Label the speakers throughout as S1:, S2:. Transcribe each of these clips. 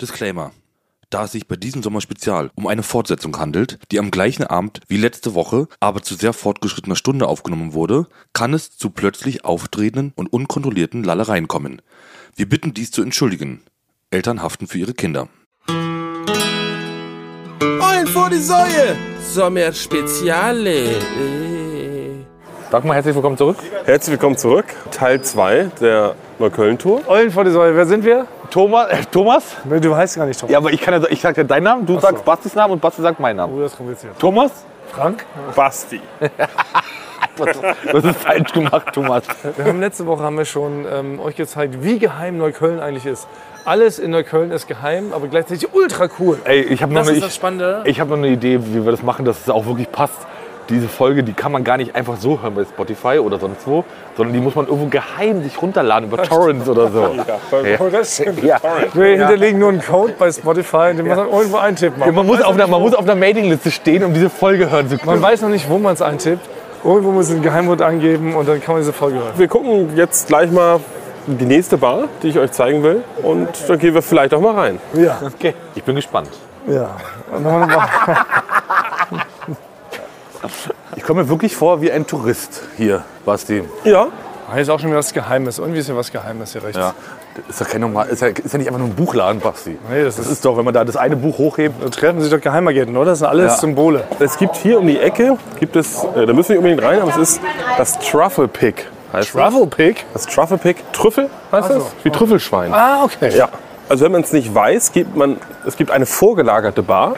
S1: Disclaimer. Da es sich bei diesem Sommerspezial um eine Fortsetzung handelt, die am gleichen Abend wie letzte Woche, aber zu sehr fortgeschrittener Stunde aufgenommen wurde, kann es zu plötzlich auftretenden und unkontrollierten Lallereien kommen. Wir bitten dies zu entschuldigen. Eltern haften für ihre Kinder.
S2: Ein vor die Säue! Sommerspeziale.
S3: Dagmar, herzlich willkommen zurück.
S4: Herzlich willkommen zurück. Teil 2 der Neukölln-Tour.
S3: Eulen vor die Säule, wer sind wir? Thomas? Äh, Thomas?
S5: Nee, du heißt gar nicht Thomas.
S3: Ja, aber ich, kann ja, ich sag dir deinen Namen, du sagst Bastis Namen und Basti sagt meinen Namen.
S5: Oh, das ist kompliziert.
S3: Thomas?
S5: Frank?
S4: Basti.
S3: Das ist falsch gemacht, Thomas.
S5: Wir haben letzte Woche haben wir schon ähm, euch gezeigt, wie geheim Neukölln eigentlich ist. Alles in Neukölln ist geheim, aber gleichzeitig ultra cool.
S3: Ey, ich habe noch,
S2: Das
S3: eine-
S2: ist das
S3: ich,
S2: Spannende.
S3: ich hab noch eine Idee, wie wir das machen, dass es auch wirklich passt. Diese Folge, die kann man gar nicht einfach so hören bei Spotify oder sonst wo, sondern die muss man irgendwo geheim sich runterladen über Torrents oder so.
S5: Oh, das stimmt.
S3: Ja.
S5: Wir hinterlegen nur einen Code bei Spotify, den man dann irgendwo eintippen
S3: Ja,
S5: muss.
S3: man, muss auf einer, man muss auf einer Mailingliste stehen, um diese Folge hören zu
S5: Man
S3: können.
S5: weiß noch nicht, wo man es eintippt. Irgendwo muss ein Geheimwort angeben und dann kann man diese Folge hören.
S4: Wir gucken jetzt gleich mal die nächste Bar, die ich euch zeigen will. Und dann gehen wir vielleicht auch mal rein.
S5: Ja,
S3: Okay, ich bin gespannt.
S5: ja. Und dann haben wir noch-
S3: Ich komme mir wirklich vor wie ein Tourist hier, Basti.
S4: Ja,
S5: Ah, Hier ist auch schon wieder was Geheimes. Irgendwie ist hier was Geheimes hier rechts.
S3: Ja. Das Ist doch kein normal, ist ja, ist ja nicht einfach nur ein Buchladen, Basti.
S5: Nee, das
S3: Das
S5: ist,
S3: ist doch, wenn man da das eine Buch hochhebt.
S5: da treffen sich doch Geheimagenten, oder? Das sind alles
S3: Ja.
S5: Symbole.
S4: es gibt hier um die Ecke, gibt es, äh, da müssen wir nicht unbedingt rein, aber es ist das Truffle Pig. Heißt
S5: Travel Pig?
S4: Das Truffle Pig. Trüffel heißt
S5: so.
S4: das? Wie Trüffelschwein.
S5: Ah, okay.
S4: Ja. Also wenn man es nicht weiß, gibt man, es gibt eine vorgelagerte Bar.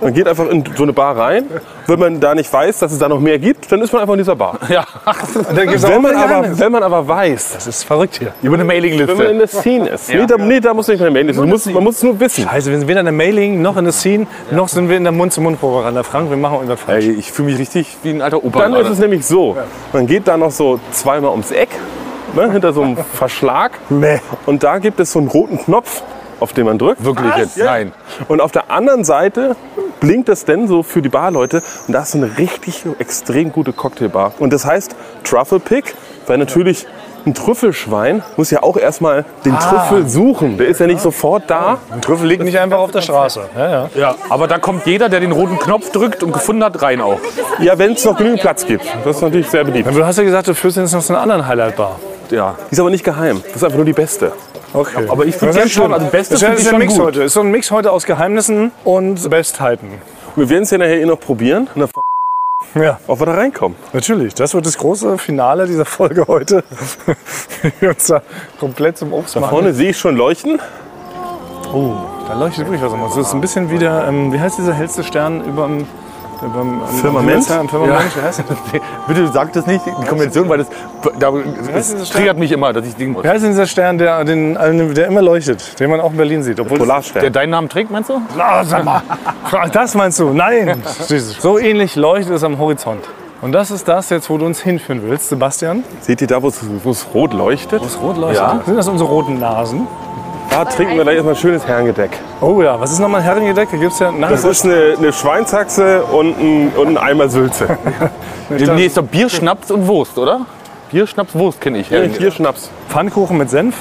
S4: Man geht einfach in so eine Bar rein. Wenn man da nicht weiß, dass es da noch mehr gibt, dann ist man einfach in dieser Bar.
S3: Ja.
S5: Dann gibt's auch
S4: Wenn man,
S5: ein
S4: aber,
S5: Geheimnis.
S4: wenn man aber weiß,
S5: das ist verrückt hier.
S3: Über
S4: wenn
S3: eine
S4: man in
S3: Mailingliste.
S4: der Scene ist. Nee, da, nee, da muss nicht mehr im Ende. Man muss, man muss es nur wissen.
S5: Also wir sind weder in der Mailing noch in der Scene, noch sind wir in der Mund-zu-Mund-Propaganda. Frank, wir machen irgendwas falsch.
S3: Ey, ich fühle mich richtig wie ein alter Opa.
S4: Dann ist
S3: gerade.
S4: es nämlich so. Man geht da noch so zweimal ums Eck, ne, hinter so einem Verschlag.
S5: Nee.
S4: Und da gibt es so einen roten Knopf, auf den man drückt. Ah,
S3: wirklich jetzt. Nein.
S4: Und auf der anderen Seite blinkt es denn so für die Barleute. Und da ist so eine richtig extrem gute Cocktailbar. Und das heißt Truffle Pick, weil natürlich ein Trüffelschwein muss ja auch erstmal den Trüffel suchen. Der ist ja nicht sofort da.
S5: Ein Trüffel liegt nicht einfach auf der Straße. Ja, ja.
S3: Ja, aber da kommt jeder, der den roten Knopf drückt und gefunden hat, rein auch.
S4: Ja, wenn es noch genügend Platz gibt. Das ist natürlich sehr beliebt.
S5: Aber du hast ja gesagt, du führst jetzt noch zu einer anderen Highlight-Bar.
S3: Ja.
S4: Die ist aber nicht geheim. Das ist einfach nur die beste.
S5: Okay.
S3: Aber ich finde
S5: Das
S3: schon,
S5: ist schlimm.
S3: also Beste
S5: Das ist,
S3: finde ich
S5: ein
S3: schon
S5: Mix
S3: gut.
S5: heute. Ist so ein Mix heute aus Geheimnissen und Bestheiten.
S4: Wir werden es ja nachher eh noch probieren. Und dann f-
S5: Ja,
S4: ob wir da reinkommen.
S5: natürlich. Das wird das große Finale dieser Folge heute. wir uns da komplett zum Obst machen.
S4: Vorne sehe ich schon leuchten.
S5: Oh, da leuchtet wirklich was. Das ist ein bisschen wie der, ähm, wie heißt dieser hellste Stern über dem
S4: Firmament?
S5: Im Firmament. Wie heißt der?
S3: Bitte sag das nicht, die Kombination, weil das, da,
S5: heißt
S3: das
S5: dieses
S3: triggert mich immer, dass ich Ding muss.
S5: Wie heißt denn dieser Stern, der, den, allen- der immer leuchtet, den man auch in Berlin sieht? Obwohl
S3: Der
S4: Polarstern.
S3: deinen Namen trägt, meinst du?
S5: Ah, sag mal. Das meinst du? Nein. So ähnlich leuchtet es am Horizont. Und das ist das jetzt, wo du uns hinführen willst, Sebastian.
S4: Seht ihr da, wo es wo es rot leuchtet?
S5: Das rot leuchtet. Ja. Sind das unsere roten Nasen?
S4: Da trinken wir gleich erstmal ein schönes Herrengedeck.
S5: Oh ja, was ist nochmal ein Herrengedeck? Da gibt es ja
S4: Das ist eine, eine Schweinshaxe und ein, und ein Eimer Sülze.
S3: Nee, ist doch Bier, Schnaps und Wurst, oder? Bier, Schnaps, Wurst kenne ich.
S4: Hier, hier Schnaps.
S5: Pfannkuchen mit Senf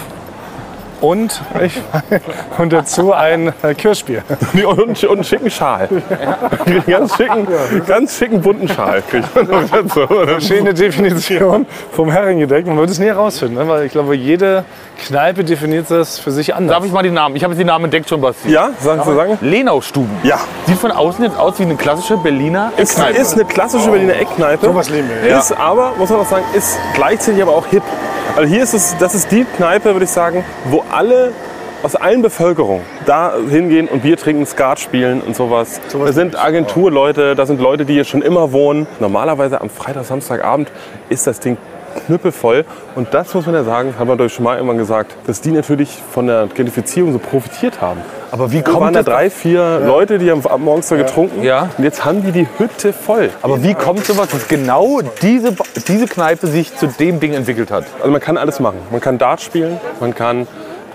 S5: und, ich, und dazu ein äh, Kirschbier.
S4: Nee, Und, einen- und einen schicken Schal. Einen ganz schicken, ganz schicken bunten Schal. kriegt man noch dazu.
S5: Schöne Definition vom Herrengedeck. Man wird es nie herausfinden, ne? weil ich glaube, jede Kneipe definiert das für sich anders.
S3: Darf ich mal die Namen? Ich habe jetzt die Namen entdeckt schon, Basti.
S4: Ja, sagen Sie sagen?
S3: Lenau-Stuben.
S4: Ja.
S3: Sieht von außen jetzt aus wie eine klassische Berliner
S4: Ist,
S3: Eckkneipe.
S4: ist eine klassische Berliner Eckkneipe.
S5: Sowas lieben wir,
S3: ja.
S4: Ist aber, muss man auch sagen, ist gleichzeitig aber auch hip. Also hier ist es, das ist die Kneipe, würde ich sagen, wo alle aus allen Bevölkerungen da hingehen und Bier trinken, Skat spielen und sowas. da sind Agenturleute, da sind Leute, die hier schon immer wohnen. Normalerweise am Freitag, Samstagabend ist das Ding knüppelvoll. Und das muss man ja sagen, hat man euch schon mal irgendwann gesagt, dass die natürlich von der Gentrifizierung so profitiert haben.
S3: Aber wie
S4: Da waren
S3: kommt
S4: da
S3: das?
S4: drei, vier Leute, die haben ab morgens da getrunken.
S3: Ja.
S4: Und jetzt haben die die Hütte voll.
S3: Aber wie kommt sowas, dass genau diese, Ba- diese Kneipe sich zu dem Ding entwickelt hat?
S4: Also man kann alles machen. Man kann Dart spielen, man kann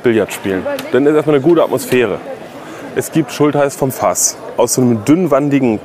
S4: Billard spielen. Dann ist erstmal eine gute Atmosphäre. Es gibt Schultheiß vom Fass aus so einem dünnwandigen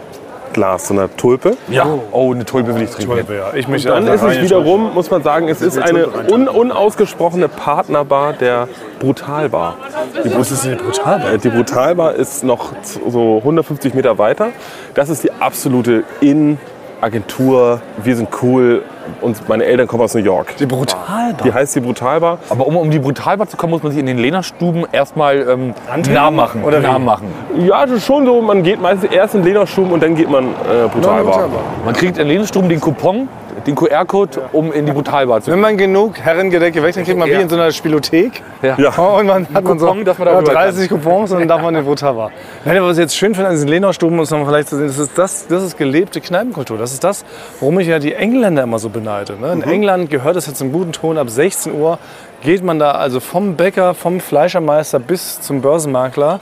S4: Glas, so einer Tulpe.
S3: Ja. Oh, eine Tulpe will ich trinken.
S5: Tulpe, ja. Ich mich
S4: Dann
S5: da
S4: ist es
S5: rein-
S4: wiederum, muss man sagen, es ist eine un unausgesprochene Partnerbar der Brutalbar. Die, Was ist Brutalbar? Die Brutalbar ist noch z- so 150 Meter weiter. Das ist die absolute In-Agentur. Wir sind cool. Und meine Eltern kommen aus New York.
S5: Die brutal
S4: Die heißt die Brutalbar.
S3: Aber um, um die Brutalbar zu kommen, muss man sich in den Lehnerstuben erstmal ähm, nah machen.
S5: Oder wie?
S3: nah machen.
S4: Ja, das ist schon so. Man geht meistens erst in Lehnerstuben und dann geht man äh, Brutalbar.
S3: Man kriegt in Lehnerstuben den Coupon, den QR-Code, um in die Brutalbar zu
S5: Wenn man genug Herrengedeckte wechselt, kriegt man wie in so einer Spielothek.
S3: Ja.
S5: Oh, Und man hat man so
S3: Coupon, dass man da
S5: ja,
S3: rüber kann.
S5: 30 Coupons und dann darf man in Votava. Nein, was ich jetzt schön finde an diesen Lehnerstuben, muss man vielleicht zu sehen, das ist, das, das ist gelebte Kneipenkultur. Das ist das, worum ich ja die Engländer immer so beneide. Ne? In
S3: Mhm.
S5: England gehört das jetzt im guten Ton ab 16 Uhr. Geht man da also vom Bäcker, vom Fleischermeister bis zum Börsenmakler,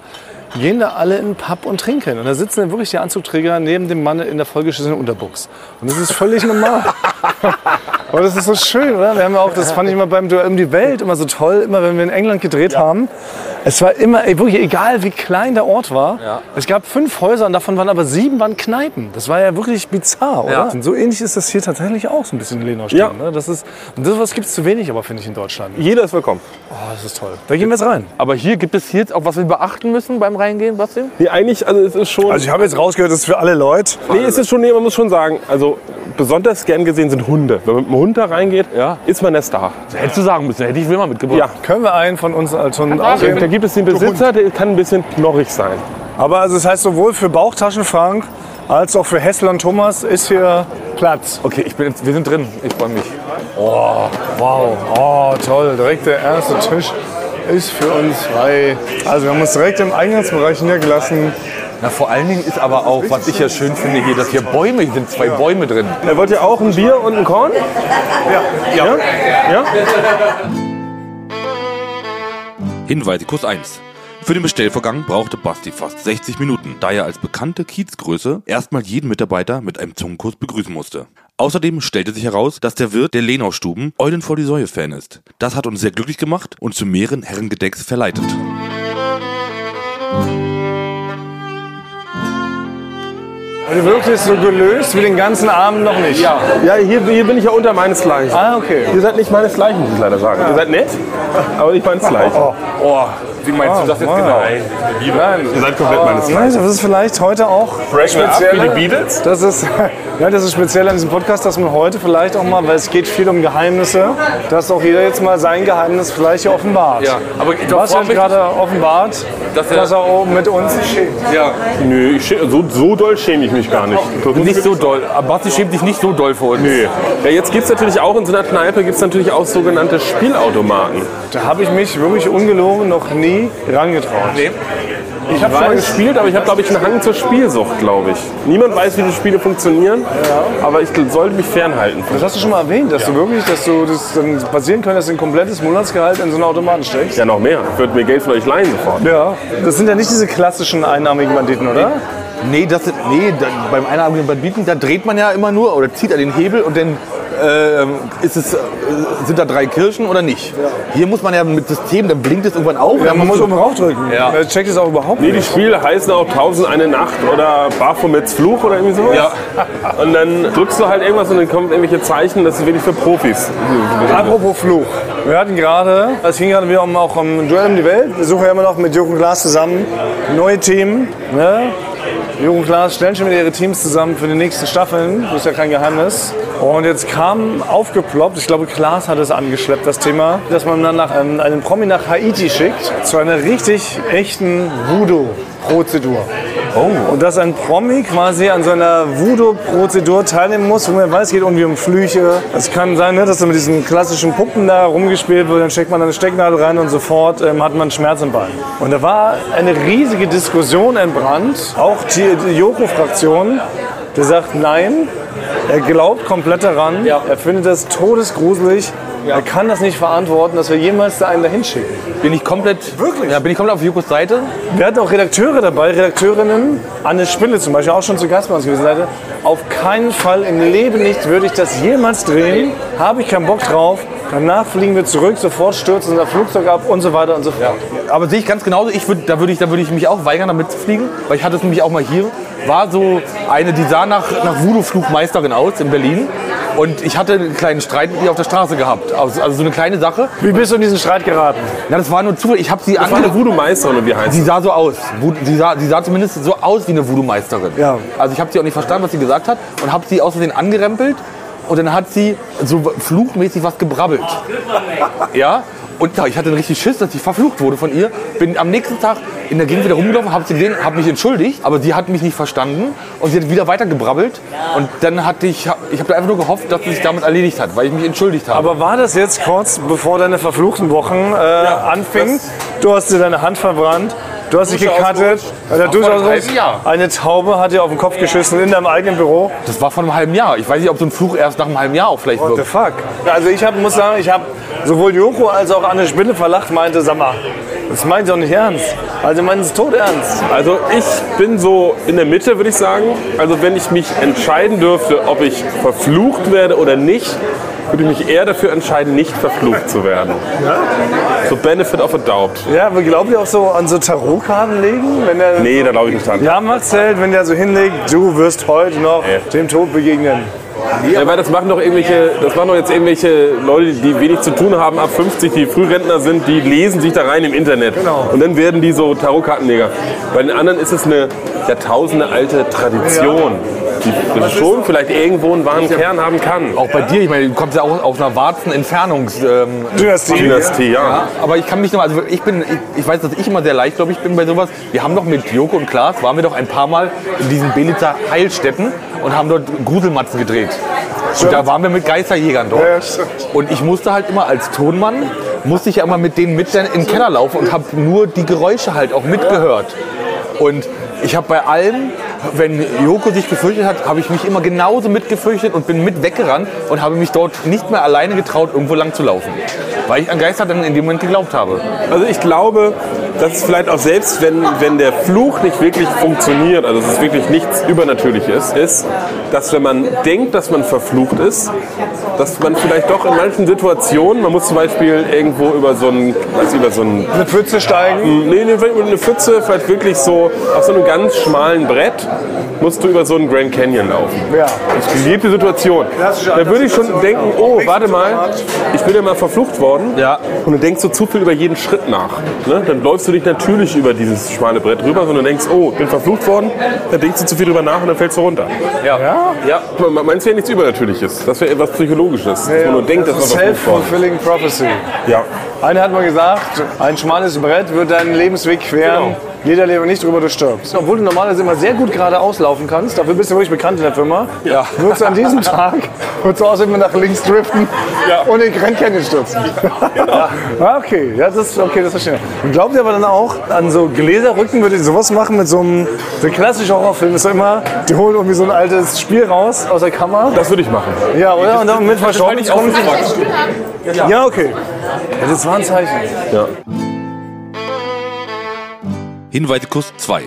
S5: gehen da alle in den Pub und trinken. Und da sitzen dann wirklich die Anzugträger neben dem Mann in der vollgeschissenen Unterbuchs. Und das ist völlig normal. Aber das ist so schön, oder? Wir haben ja auch, das fand ich immer beim Duell um die Welt immer so toll, immer wenn wir in England gedreht haben. Es war immer, ey, wirklich egal wie klein der Ort war, es gab fünf Häuser und davon waren aber sieben waren Kneipen. Das war ja wirklich bizarr, oder?
S3: Ja.
S5: Und so ähnlich ist das hier tatsächlich auch so ein bisschen in Lenaustein.
S4: Ja.
S5: Ne? Das ist, und sowas gibt es zu wenig, aber finde ich in Deutschland.
S4: Jeder ist willkommen.
S5: Oh, das ist toll. Da gehen wir jetzt rein.
S3: Aber hier gibt es jetzt auch, was wir beachten müssen beim Reingehen, Bastian?
S4: Nee, eigentlich, also es ist schon.
S5: ich habe jetzt rausgehört, das ist für alle Leute.
S4: Nee, es ist schon, nee, man muss schon sagen, also besonders gern gesehen sind Hunde. Wenn man mit einem Hund da reingeht,
S3: Ja.
S4: ist man der Star.
S3: Hättest du sagen müssen, hätte ich Wilma mitgebracht.
S4: Ja.
S5: Können wir einen von uns als schon
S4: Da
S5: auswählen?
S4: gibt es den Besitzer, der kann ein bisschen knorrig sein.
S5: Aber also, das heißt, sowohl für Bauchtaschen Frank als auch für Hessler und Thomas ist hier Platz.
S3: Okay, ich bin jetzt, wir sind drin. Ich freue mich.
S5: Oh, wow. Oh, toll. Direkt der erste Tisch ist für uns frei. Also wir haben uns direkt im Eingangsbereich niedergelassen.
S3: Na, vor allen Dingen ist aber auch, was ich ja schön finde hier, dass hier Bäume, hier sind zwei Bäume drin.
S4: Er wollte ja auch ein Bier und ein Korn? Ja. Ja? ja?
S1: Hinweise Kurs 1. Für den Bestellvorgang brauchte Basti fast 60 Minuten, da er als bekannte Kiezgröße erstmal jeden Mitarbeiter mit einem Zungenkuss begrüßen musste. Außerdem stellte sich heraus, dass der Wirt der Lenau-Stuben Eulen vor die Säue-Fan ist. Das hat uns sehr glücklich gemacht und zu mehreren Herrengedecks verleitet.
S5: Also wirklich so gelöst wie den ganzen Abend noch nicht. Ja.
S4: Ja, hier, hier bin ich ja unter meinesgleichen.
S5: Ah, okay.
S4: Ihr seid nicht meinesgleichen, muss ich leider sagen. Ihr seid nett, aber nicht meinesgleichen.
S3: Oh, wie meinst
S5: du das jetzt genau?
S4: Ihr seid komplett meinesgleichen.
S5: Nein, das ist vielleicht heute auch speziell.
S4: Beatles?
S5: Das ist, ja, das ist speziell an diesem Podcast, dass man heute vielleicht auch mal, weil es geht viel um Geheimnisse, dass auch jeder jetzt mal sein Geheimnis vielleicht hier offenbart.
S3: Ja, aber ich glaub,
S5: Was hat
S3: vorwichtig-
S5: gerade offenbart,
S3: Dass
S5: dass
S3: er-
S5: er, oben mit uns schämt.
S3: Ja.
S4: Nö, ich schä- so, so doll schäme ich mich gar nicht. Das muss ich
S3: Nicht so doll. Aber Basti schämt dich nicht so doll vor uns.
S4: Nee. Ja, jetzt gibt es natürlich auch in so einer Kneipe gibt's natürlich auch sogenannte Spielautomaten.
S5: Da habe ich mich wirklich ungelogen noch nie rangetraut.
S4: Ich habe schon mal gespielt, aber ich habe, glaube ich, einen Hang zur Spielsucht, glaube ich. Niemand weiß, wie die Spiele funktionieren, aber ich sollte mich fernhalten.
S5: Das hast du schon mal erwähnt, dass du wirklich, dass du das dann passieren könnte, dass du ein komplettes Monatsgehalt in so einen Automaten steckst.
S4: Ja, noch mehr. Ich würde mir Geld von euch leihen sofort.
S5: Ja, das sind ja nicht diese klassischen einnahmigen Banditen, oder?
S3: Nee, das, sind- nee da, beim Einarmigen Banditen, da dreht man ja immer nur oder zieht er den Hebel und dann ähm, ist es, äh, sind da drei Kirschen oder nicht. Hier muss man ja mit System, dann blinkt es irgendwann auf.
S5: Ja,
S3: dann
S5: man muss
S3: musst
S5: oben raufdrücken.
S3: Ja.
S5: Er checkt es auch überhaupt
S4: Nee,
S5: nicht.
S4: die Spiele heißen auch Tausend eine Nacht oder Baphomets Fluch oder irgendwie sowas.
S3: Ja.
S4: Und dann drückst du halt irgendwas und dann kommen irgendwelche Zeichen, das ist wirklich für Profis.
S5: Apropos Fluch. Wir hatten gerade, es ging gerade wieder um, auch um Duell um die Welt. Wir suchen ja immer noch mit Jürgen Glas zusammen neue Themen. Ne? Jürgen Glas stellen schon wieder ihre Teams zusammen für die nächsten Staffeln. Das ist ja kein Geheimnis. Und jetzt kam aufgeploppt, ich glaube, Klaas hat es angeschleppt, das Thema, dass man dann nach, ähm, einen Promi nach Haiti schickt, zu einer richtig echten Voodoo-Prozedur. Oh. Und dass ein Promi quasi an so einer Voodoo-Prozedur teilnehmen muss, wo man weiß, es geht irgendwie um Flüche. Es kann sein, ne, dass da mit diesen klassischen Puppen da rumgespielt wird, dann steckt man eine Stecknadel rein und sofort ähm, hat man Schmerz im Bein. Und da war eine riesige Diskussion entbrannt, auch die, die Joko-Fraktion, die sagt, nein, er glaubt komplett daran, er findet das todesgruselig, er kann das nicht verantworten, dass wir jemals da einen dahin schicken.
S3: bin ich komplett,
S5: Wirklich?
S3: Ja, bin ich komplett auf Jukos Seite.
S5: Wir hatten auch Redakteure dabei, Redakteurinnen, Anne Spille zum Beispiel, auch schon zu Gast bei uns gewesen, sagte, auf keinen Fall im Leben nicht würde ich das jemals drehen, habe ich keinen Bock drauf, Danach fliegen wir zurück, sofort stürzt unser Flugzeug ab und so weiter und so fort.
S3: Aber sehe ich ganz genauso, ich würd, da würde ich, da würd ich mich auch weigern, da mitzufliegen, weil ich hatte es nämlich auch mal hier, war so eine, die sah nach, nach Voodoo-Flugmeisterin aus in Berlin und ich hatte einen kleinen Streit mit ihr auf der Straße gehabt, also, also so eine kleine Sache.
S5: Wie bist du in diesen Streit geraten?
S3: Na, das war nur Zufall, ich habe sie
S4: Das war eine
S3: angerufen.
S4: Voodoo-Meisterin und wie heißt
S3: Sie
S4: sie?
S3: sah so aus. Vood- Sie sah, sie sah zumindest so aus wie eine Voodoo-Meisterin.
S5: Ja.
S3: Also ich habe sie auch nicht verstanden, was sie gesagt hat und habe sie aus Versehen angerempelt und dann hat sie so fluchmäßig was gebrabbelt. Ja? Und ja, ich hatte richtig Schiss, dass ich verflucht wurde von ihr. Bin am nächsten Tag in der Gegend wieder rumgelaufen, habe sie gesehen, habe mich entschuldigt, aber sie hat mich nicht verstanden und sie hat wieder weiter gebrabbelt und dann hatte ich, ich habe da einfach nur gehofft, dass sie sich damit erledigt hat, weil ich mich entschuldigt habe.
S5: Aber war das jetzt kurz bevor deine verfluchten Wochen äh, anfingen? Du hast dir deine Hand verbrannt, du hast dich
S3: Dusche
S5: gekattet,
S3: ausgerutscht.
S5: äh, der
S3: Das war vor
S5: Dusche
S3: einem halben
S5: ausgerutscht.
S3: Jahr.
S5: eine Taube hat dir auf den Kopf geschissen in deinem eigenen Büro.
S3: das war vor einem halben Jahr. Ich weiß nicht, ob so ein Fluch erst nach einem halben Jahr auch vielleicht
S5: What the
S3: wirkt.
S5: fuck? Also ich hab, muss sagen, ich habe sowohl Joko als auch Anne Spinne verlacht, meinte, sag mal, das meint sie doch nicht ernst. Also meint es tot ernst.
S4: Also ich bin so in der Mitte, würde ich sagen. Also wenn ich mich entscheiden dürfte, ob ich verflucht werde oder nicht, würde ich mich eher dafür entscheiden, nicht verflucht zu werden. So Benefit of a Doubt.
S5: Ja, aber glaubt ihr auch so an so Tarotkarten legen? Wenn der
S4: Nee, da glaube ich nicht dran.
S5: Ja, Marcel, wenn der so hinlegt, du wirst heute noch
S4: Nee.
S5: dem Tod begegnen.
S4: Ja, weil das machen doch irgendwelche, das machen doch jetzt irgendwelche Leute, die wenig zu tun haben, ab 50, die Frührentner sind, die lesen sich da rein im Internet.
S5: Genau.
S4: Und dann werden die so Tarotkartenleger. Bei den anderen ist es eine jahrtausendealte Tradition, die schon vielleicht irgendwo einen wahren Kern haben kann.
S3: Auch bei dir, ich meine, du kommst ja auch aus einer warzen Entfernungs. Ähm,
S5: Dynastie.
S4: Dynastie, ja.
S3: aber ich kann mich noch, also ich bin, ich, ich weiß, dass ich immer sehr leicht, glaube ich, bin bei sowas. Wir haben doch mit Joko und Klaas, waren wir doch ein paar Mal in diesen Belitzer Heilstätten und haben dort Gruselmatzen gedreht. Und da waren wir mit Geisterjägern dort. Und ich musste halt immer als Tonmann, musste ich ja immer mit denen mit in den Keller laufen und habe nur die Geräusche halt auch mitgehört. Und ich habe bei allem, wenn Joko sich gefürchtet hat, habe ich mich immer genauso mitgefürchtet und bin mit weggerannt und habe mich dort nicht mehr alleine getraut, irgendwo lang zu laufen. Weil ich an Geister dann in dem Moment geglaubt habe.
S4: Also ich glaube, dass es vielleicht auch selbst, wenn, wenn der Fluch nicht wirklich funktioniert, also dass es wirklich nichts Übernatürliches ist, dass wenn man denkt, dass man verflucht ist, dass man vielleicht doch in manchen Situationen, man muss zum Beispiel irgendwo über so einen, also über so einen
S5: Eine Pfütze steigen.
S4: Nee, nee, vielleicht mit einer Pfütze, vielleicht wirklich so auf so einem ganz schmalen Brett musst du über so einen Grand Canyon laufen.
S5: Ja.
S4: Das gibt die Situation.
S5: Klassische
S4: Da würde ich schon denken, oh, warte mal,
S5: Dramatisch.
S4: ich bin ja mal verflucht worden. Ja. Und du denkst so zu viel über jeden Schritt nach. Ne? Dann läufst du nicht natürlich über dieses schmale Brett rüber, sondern denkst, oh, ich bin verflucht worden. Dann denkst du zu viel drüber nach und dann fällst du runter.
S3: Ja.
S4: Ja. Meinst du ja nichts Übernatürliches? Das wäre etwas Psychologisches, dass man nur denkt, dass man
S5: das ist
S4: verflucht worden ist.
S5: self-fulfilling prophecy.
S4: Ja.
S5: Einer hat mal gesagt, ein schmales Brett wird deinen Lebensweg queren.
S4: Genau.
S5: Jeder lebt nicht drüber, du stirbst. Obwohl du normalerweise immer sehr gut geradeaus laufen kannst, dafür bist du wirklich bekannt in der Firma,
S4: Ja.
S5: würdest du an diesem Tag würdest du außerdem nach links driften
S4: Ja. Genau.
S5: und in den Grand Canyon stürzen. Ja, okay, ja, das ist okay, das verstehe ich. Und glaubt ihr aber dann auch, an so Gläserrücken würde ich sowas machen mit so einem so ein klassischer Horrorfilm ist doch immer, die holen irgendwie so ein altes Spiel raus aus der Kammer.
S4: Das würde ich machen.
S5: Ja, oder? Und dann mit verschoben. kommen sie- Ja, okay. Ja, das war ein Zeichen.
S1: Hinweisekuss 2.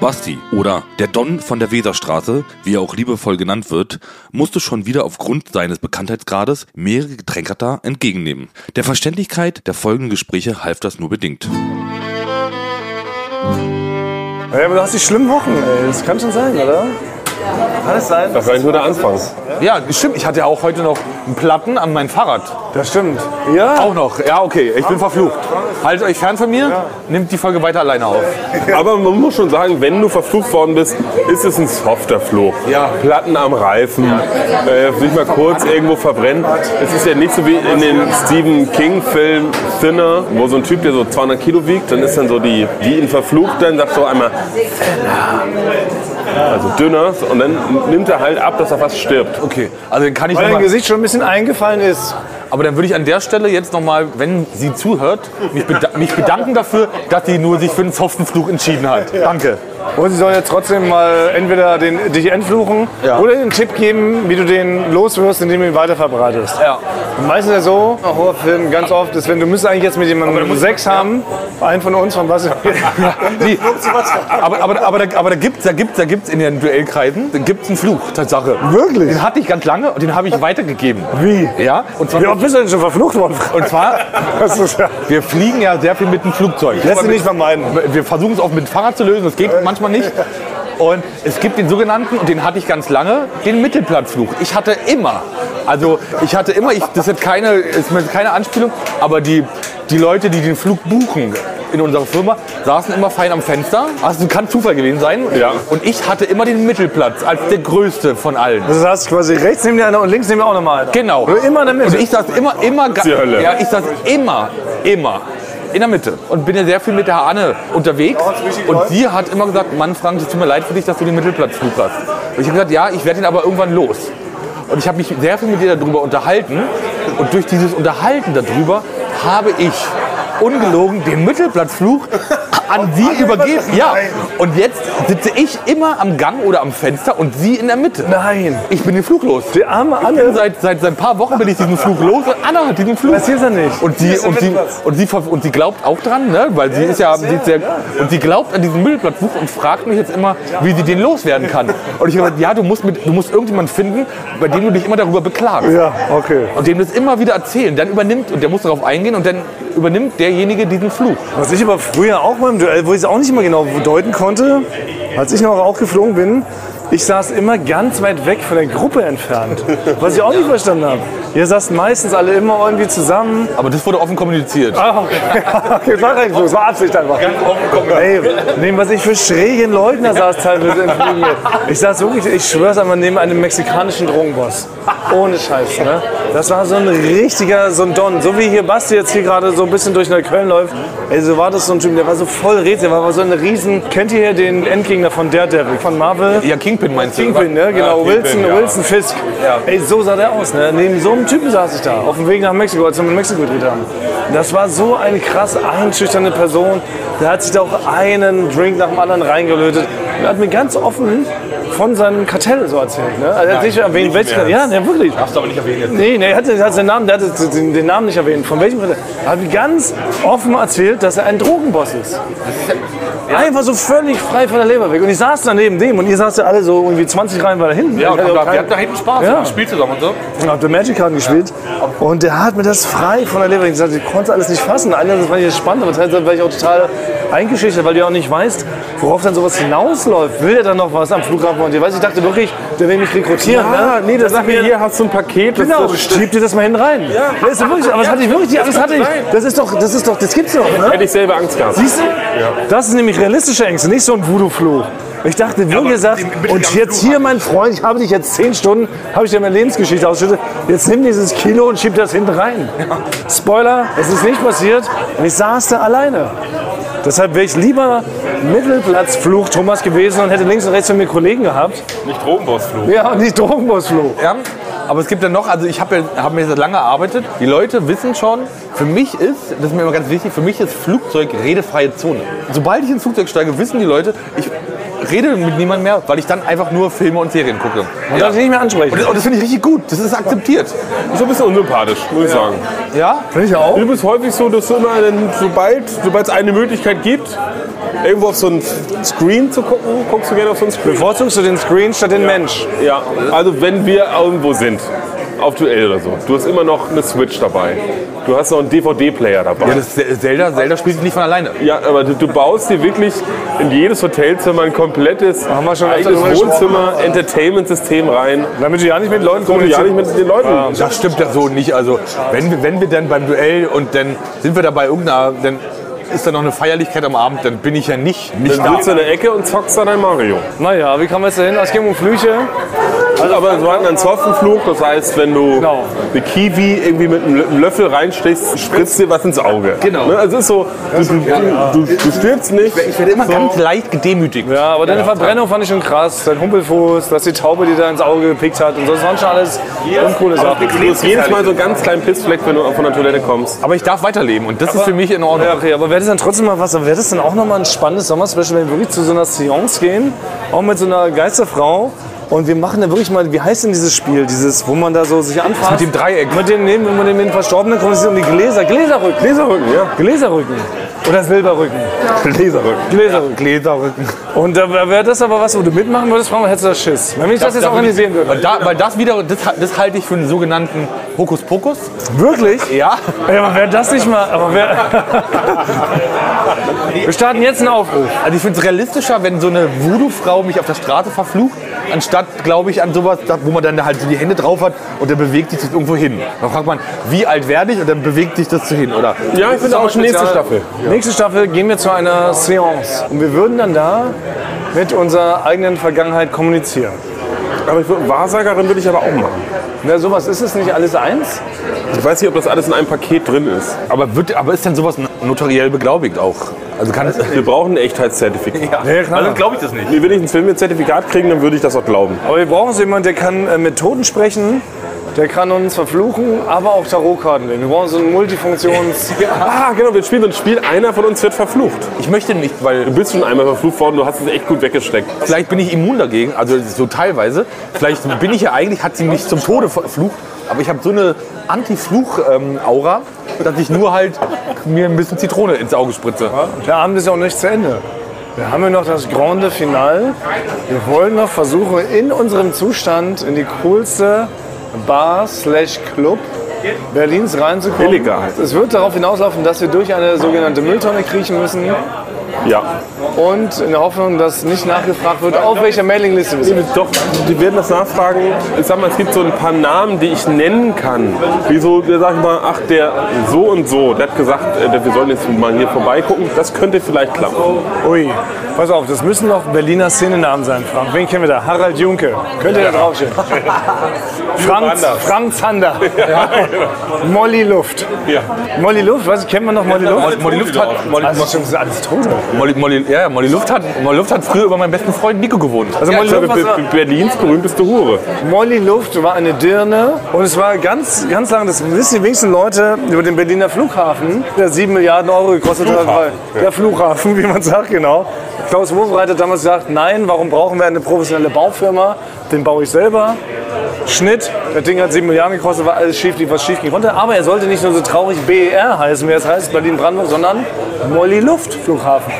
S1: Basti oder der Don von der Weserstraße, wie er auch liebevoll genannt wird, musste schon wieder aufgrund seines Bekanntheitsgrades mehrere Getränkerter entgegennehmen. Der Verständlichkeit der folgenden Gespräche half das nur bedingt.
S5: Ja, aber du hast die schlimmen Wochen, ey. Das kann schon sein, oder? Kann es sein?
S4: Das war eigentlich nur der Anfang.
S3: Ja, stimmt. Ich hatte ja auch heute noch einen Platten an mein Fahrrad.
S5: Das stimmt. Ja.
S3: Auch noch. Ja, okay. Ich bin verflucht. Haltet euch fern von mir. Nimmt die Folge weiter alleine auf.
S4: Aber man muss schon sagen, wenn du verflucht worden bist, ist es ein softer Fluch.
S3: Ja.
S4: Platten am Reifen, äh, sich mal kurz irgendwo verbrennen. Es ist ja nicht so wie in dem Stephen King-Film Thinner, wo so ein Typ, der so 200 Kilo wiegt, dann ist dann so die, die ihn verflucht, dann sagt so einmal Thinner. Also dünner und dann nimmt er halt ab, dass er fast stirbt.
S3: Okay. Also dann kann ich
S5: Weil
S3: noch
S5: dein
S3: mal-
S5: Gesicht schon ein bisschen eingefallen ist.
S3: Aber dann würde ich an der Stelle jetzt nochmal, wenn sie zuhört, mich, beda mich bedanken dafür, dass sie nur sich für den soften Fluch entschieden hat. Danke.
S5: Und sie soll jetzt trotzdem mal entweder den, dich entfluchen
S3: Ja.
S5: oder einen Tipp geben, wie du den loswirst, indem du ihn weiter verbreitest.
S3: Ja.
S5: Und meistens ist ja so, ein hoher Film ganz oft ist, wenn du müsstest eigentlich jetzt mit jemandem Sex haben, einen von uns, von was?
S3: Nee. Aber, aber, aber, da, aber da gibt es da gibt's, da gibt's in den Duellkreisen da gibt's einen Fluch, Tatsache.
S5: Wirklich?
S3: Den hatte ich ganz lange und den habe ich weitergegeben.
S5: Wie?
S3: Ja, und zwar,
S5: Wie oft bist du denn schon verflucht worden?
S3: und zwar
S5: Das ist ja-
S3: wir fliegen ja sehr viel mit dem Flugzeug.
S5: Lässt sich nicht vermeiden.
S3: Wir versuchen es auch mit dem Fahrrad zu lösen, das geht manchmal nicht. Und es gibt den sogenannten, und den hatte ich ganz lange, den Mittelplattflug. Ich hatte immer, also ich hatte immer, ich, das ist keine, ist mir keine Anspielung, aber die, die Leute, die den Flug buchen in unserer Firma, saßen immer fein am Fenster. Also kann Zufall gewesen sein.
S4: Ja.
S3: Und ich hatte immer den Mittelplatz als der größte von allen.
S5: Also hast du quasi rechts neben dir einer und links neben mir auch nochmal einer.
S3: Genau.
S5: Nur immer in der Mitte.
S3: Und ich saß immer, immer ga-
S4: Die Hölle.
S3: Ja, ich saß immer, immer in der Mitte und bin ja sehr viel mit der Anne unterwegs. Und sie hat immer gesagt, Mann, Frank, es tut mir leid für dich, dass du den Mittelplatzflug hast. Und ich habe gesagt, ja, ich werde ihn aber irgendwann los. Und ich habe mich sehr viel mit ihr darüber unterhalten. Und durch dieses Unterhalten darüber habe ich ungelogen den Mittelplatzflug an sie übergeben. Ja. Und jetzt sitze ich immer am Gang oder am Fenster und sie in der Mitte.
S5: Nein.
S3: Ich bin den Flug los.
S5: Die arme
S3: Ich bin
S5: Anne.
S3: seit, seit, seit ein paar Wochen bin ich diesen Flug los und Anna hat diesen Flug.
S5: Das hier ist er nicht.
S3: Und sie,
S5: Hier ist der
S3: und, sie,
S5: Mittelplatz.
S3: und, sie, ver- und sie glaubt auch dran, ne? weil sie ist ja, sie ist sehr, und sie glaubt an diesen Mittelplatzbuch und fragt mich jetzt immer, wie sie den loswerden kann. Und ich habe gesagt, ja, du musst, mit, du musst irgendjemanden finden, bei dem du dich immer darüber beklagst.
S5: Ja, okay.
S3: Und dem das immer wieder erzählen. Dann übernimmt, und der muss darauf eingehen, und dann übernimmt derjenige diesen Flug.
S5: Was ich aber früher auch beim Duell, wo ich es auch nicht mal genau deuten konnte, als ich noch auch geflogen bin, ich saß immer ganz weit weg von der Gruppe entfernt. Was ich auch nicht verstanden habe. Ihr saßt meistens alle immer irgendwie zusammen.
S3: Aber das wurde offen kommuniziert.
S5: Ah, okay. okay, war kein Flug, war Absicht einfach. Ey, neben was ich für schrägen Leuten da saß teilweise im Flügel. Ich saß wirklich, ich schwör's einmal, neben einem mexikanischen Drogenboss. Ohne Scheiß, ne? Das war so ein richtiger, so ein Don. So wie hier Basti jetzt hier gerade so ein bisschen durch Neukölln läuft. Ey, so war das so ein Typ, der war so voll Rätsel, war so ein riesen... Kennt ihr hier den Endgegner von Daredevil, von Marvel?
S3: Ja, Kingpin meinst du?
S5: Kingpin, ne? Genau, Wilson, Wilson Fisk. Ey, so sah der aus, ne? Neben so einem Typen saß ich da, auf dem Weg nach Mexiko, als wir mit Mexiko gedreht haben. Das war so eine krass einschüchternde Person. Der hat sich da auch einen Drink nach dem anderen reingelötet. Und hat mir ganz offen von seinem Kartell so erzählt, ne? Also er hat nicht erwähnt, welches Kartell. Ja, ja, wirklich.
S3: Darfst du aber nicht erwähnen.
S5: Nee, nee, er hat, er hat seinen Namen, der hat den, den Namen nicht erwähnt. Von welchem Kartell? Er hat mir ganz offen erzählt, dass er ein Drogenboss ist. Einfach so völlig frei von der Leber weg. Und ich saß daneben dem und ihr saßt ja alle so irgendwie 20 Reihen weiter hinten.
S3: Ja, und
S5: Ich hatte
S3: wir
S5: auch keinen-
S3: hatten da hinten Spaß,
S5: Also Ja.
S3: ja. Spiel zusammen und so.
S5: und hab The Magic Karten gespielt. Und der hat mir das frei von der Leber gesagt. Ich konnte es alles nicht fassen. Einerseits war ich das spannend, aber teilweise war ich auch total eingeschüchtert, weil du ja auch nicht weißt, worauf dann sowas hinausläuft. Will der dann noch was am Flughafen und dir? Weißt du, ich dachte wirklich, der will mich rekrutieren.
S4: Ah,
S5: ne?
S4: nee, das
S5: Dass
S4: sagt mir, hier hast du ein Paket. das
S5: Genau,
S4: ist so
S5: schieb dir das mal hin rein. Ja. Das ist doch wirklich, aber das hatte ich wirklich, die Angst hatte ich. Das ist doch, das ist doch, das gibt's doch, ne?
S4: Hätte ich selber Angst gehabt.
S5: Siehst du? Das ist nämlich realistische Ängste, nicht so ein Voodoo-Fluch. Ich dachte, wie gesagt, und jetzt hier, mein Freund, ich habe dich jetzt zehn Stunden, habe ich dir meine Lebensgeschichte ausgeschüttet. Jetzt nimm dieses Kilo und schieb das hinten rein. Spoiler, es ist nicht passiert und ich saß da alleine. Deshalb wäre ich lieber Mittelplatzfluch Thomas gewesen und hätte links und rechts von mir Kollegen gehabt.
S4: Nicht Drogenbossflug.
S5: Ja, und nicht Drogenbossfluch.
S3: Ja, aber es gibt ja noch, also ich habe ja, hab mir seit lange erarbeitet, die Leute wissen schon, für mich ist, das ist mir immer ganz wichtig, für mich ist Flugzeug redefreie Zone. Sobald ich ins Flugzeug steige, wissen die Leute, ich rede mit niemandem mehr, weil ich dann einfach nur Filme und Serien gucke.
S5: Man darf dich nicht mehr ansprechen.
S3: Und das, und das finde ich richtig gut, das ist akzeptiert.
S4: Ist so ein bisschen unsympathisch, muss ich sagen.
S3: Ja?
S5: Finde ich auch.
S4: Du bist häufig so, dass du immer, dann, sobald sobald es eine Möglichkeit gibt, irgendwo auf so einen Screen zu gucken, guckst du gerne auf so einen Screen.
S5: Bevorzugst du den Screen statt den Mensch?
S4: Ja, also wenn wir irgendwo sind, auf Duell oder so, du hast immer noch eine Switch dabei. Du hast noch einen DVD-Player dabei.
S3: Ja, das Zelda, Zelda spielt sich nicht von alleine.
S4: Ja, aber du, du baust dir wirklich in jedes Hotelzimmer ein komplettes
S5: Haben wir schon öfter
S4: eigenes
S5: drüber gesprochen.
S4: Wohnzimmer-Entertainment-System rein.
S5: Damit du ja nicht mit Leuten
S4: Damit du ja nicht mit den Leuten.
S3: Das stimmt ja so nicht. Also wenn wir, wenn wir dann beim Duell und dann sind wir da bei irgendeiner, dann ist da noch eine Feierlichkeit am Abend, dann bin ich ja nicht, nicht
S4: Dann
S3: da.
S4: sitzt du in der Ecke und zockst dann ein Mario.
S5: Naja, wie kommen wir jetzt dahin? Es ging um Flüche.
S4: Also, aber wir hatten einen Zoffenflug, das heißt, wenn du
S5: Genau.
S4: eine Kiwi irgendwie mit einem Lö- einem Löffel reinstichst, spritzt dir was ins Auge.
S3: Genau.
S4: Ne? Also es ist so, du, du, du, du, du stirbst nicht.
S3: Ich werde immer ganz leicht gedemütigt.
S5: Ja, aber deine Verbrennung fand ich schon krass. Dein Humpelfuß, dass die Taube, die da ins Auge gepickt hat und sonst waren schon alles uncoole Sachen.
S4: Du hast jedes Mal so einen ganz kleinen Pissfleck, wenn du von der Toilette kommst.
S3: Aber ich darf weiterleben und das ist für mich in Ordnung.
S5: Ja, okay, aber wäre das dann trotzdem mal was, aber wäre das dann auch nochmal ein spannendes Sommerspecial, wenn wir wirklich zu so einer Seance gehen, auch mit so einer Geisterfrau und wir machen da wirklich mal, wie heißt denn dieses Spiel, dieses, wo man da so sich anfasst?
S3: Mit dem Dreieck.
S5: Mit dem, neben, mit dem Verstorbenen kommt es um die Gläser, Gläserrücken. Gläserrücken, ja. Gläserrücken. Oder Silberrücken.
S4: Gläserrücken.
S5: Gläserrücken. Gläserrücken. Und da wäre das aber was, wo du mitmachen würdest, Frank, hättest du da Schiss. Wenn ich das, jetzt
S3: Da bin ich-
S5: organisieren würde.
S3: Weil, da, weil das wieder, das, das halte ich für einen sogenannten Hokuspokus.
S5: Wirklich?
S3: Ja.
S5: Ja, aber wäre das nicht mal. Aber wer wir starten jetzt einen Aufruf.
S3: Also ich finde es realistischer, wenn so eine Voodoo-Frau mich auf der Straße verflucht, anstatt, glaube ich, an sowas, da- wo man dann halt so die Hände drauf hat und dann bewegt sich das irgendwo hin. Dann fragt man, wie alt werde ich und dann bewegt sich das so hin, oder?
S4: Ja, ich finde auch schon nächste Staffel.
S5: Nächste Staffel gehen wir zu einer Seance. Und wir würden dann da mit unserer eigenen Vergangenheit kommunizieren.
S4: Aber ich, würd- Wahrsagerin würde ich aber auch machen.
S5: Na, sowas ist es nicht alles eins?
S4: Ich weiß nicht, ob das alles in einem Paket drin ist.
S3: Aber, wird, aber ist denn sowas notariell beglaubigt auch? Also kann es...
S4: Wir brauchen ein Echtheitszertifikat.
S5: Nee, klar.
S3: glaube ich das nicht.
S4: Nee, wenn ich einen Film mit Zertifikat kriegen, dann würde ich das auch glauben.
S5: Aber wir brauchen so jemanden, der kann äh, mit Toten sprechen, der kann uns verfluchen, aber auch Tarotkarten legen. Wir brauchen so einen Multifunktions...
S4: Ah, genau, wir spielen so ein Spiel, einer von uns wird verflucht.
S3: Ich möchte nicht, weil
S4: Du bist schon einmal verflucht worden, du hast es echt gut weggesteckt.
S3: Vielleicht bin ich immun dagegen, also so teilweise. Vielleicht bin ich ja eigentlich, hat sie mich zum Tode verflucht, aber ich habe so eine Anti-Fluch-Aura, dass ich nur halt mir ein bisschen Zitrone ins Auge spritze.
S5: Der Abend ist ja auch nicht zu Ende. Wir haben ja noch das Grande Finale. Wir wollen noch versuchen, in unserem Zustand in die coolste Bar slash Club Berlins reinzukommen.
S4: Illegal.
S5: Es wird darauf hinauslaufen, dass wir durch eine sogenannte Mülltonne kriechen müssen
S4: Ja.
S5: und in der Hoffnung, dass nicht nachgefragt wird, auf welcher Mailingliste wir sind.
S4: Doch, die werden das nachfragen. Ich sag mal, es gibt so ein paar Namen, die ich nennen kann. Wieso, der sag ich mal, ach, der so und so, der hat gesagt, äh, wir sollen jetzt mal hier vorbeigucken. Das könnte vielleicht klappen.
S5: Ui, pass auf, das müssen noch Berliner Szenenamen sein, Frank. Wen kennen wir da? Harald Junke. Könnt ihr da draufstehen? Frank, Frank Zander. Molly Luft. Molly Luft, was kennt man noch Molly Luft?
S3: Molly Luft hat, Molly,
S5: Also schon sind alles Tote.
S3: Molly, Molly, ja, ja, Molly, Luft hat, Molly Luft hat früher über meinen besten Freund Nico gewohnt.
S5: Also Molly,
S4: Ich glaube,
S5: Luft,
S4: Be- Be-
S5: was
S4: Berlins berühmteste Hure.
S5: war, Molly Luft war eine Dirne und es war ganz, ganz lange, das wissen die wenigsten Leute über den Berliner Flughafen, der 7 Milliarden Euro gekostet hat. Weil, der Flughafen, wie man sagt, genau. Klaus Wowereit hat damals gesagt, nein, warum brauchen wir eine professionelle Baufirma? Den baue ich selber. Schnitt, das Ding hat 7 Milliarden gekostet, war alles schief, lief was schief, ging runter. Aber er sollte nicht nur so traurig BER heißen, wie es heißt, Berlin-Brandenburg, sondern Molly Luft Flughafen.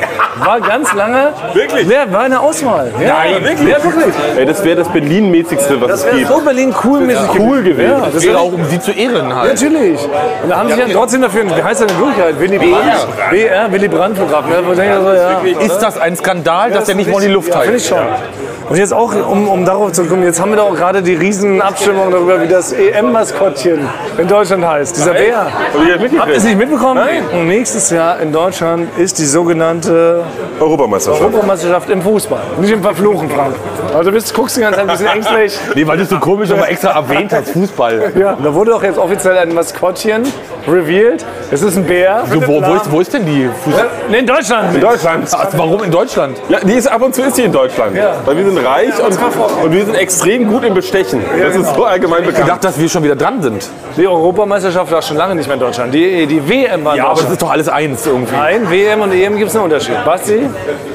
S5: War ganz lange.
S4: Wirklich?
S5: Ja, war eine Auswahl. Ja,
S4: Nein, wirklich?
S5: Ja, wirklich.
S4: Ey, das wäre das Berlin-mäßigste, was
S5: Das
S4: es
S5: wäre
S4: gibt.
S5: so Berlin cool mäßig
S4: cool gewesen.
S5: Ja, das
S3: Wäre
S5: wäre
S3: auch, um sie zu ehren halt.
S5: Natürlich. Und da haben sie ja trotzdem dafür, wie heißt er denn in Wirklichkeit? Willy Brandt. BR, Willy Brandt Flughafen. Ja, wo ich denke, so, ja.
S3: Ist das ein Skandal, dass er nicht Molly Luft
S5: ja, finde ich
S3: heißt?
S5: schon. Und jetzt auch, um, um darauf zu kommen, jetzt haben wir doch auch gerade die riesen Abstimmung darüber, wie das EM-Maskottchen in Deutschland heißt. Dieser Bär.
S4: Hab ich das
S5: Habt ihr es
S4: mitgekriegt?
S5: nicht mitbekommen? Nein. Und nächstes Jahr in Deutschland ist die sogenannte
S4: Europameisterschaft.
S5: Europameisterschaft im Fußball. Nicht im Verfluchen, Frank. Also du bist, guckst die ganze Zeit ein bisschen ängstlich.
S3: Nee, weil du es so komisch aber extra erwähnt hast, Fußball.
S5: Ja, da wurde auch jetzt offiziell ein Maskottchen revealed. Es ist ein Bär.
S3: So, wo, wo, ist, wo ist denn die Fußball?
S5: Nee, in Deutschland.
S4: Deutschland.
S3: Also, warum in Deutschland?
S4: Ja, die ist ab und zu ist die in Deutschland. Weil wir sind reich und, und wir sind extrem gut im Bestechen. Das ist so allgemein
S3: Ich
S4: bekannt.
S3: dachte, dass wir schon wieder dran sind.
S5: Die Europameisterschaft war schon lange nicht mehr in Deutschland. Die, die WM war in
S3: Ja, aber das
S5: Deutschland.
S3: ist doch alles eins irgendwie.
S5: Nein, WM und EM gibt es einen Unterschied. Basti?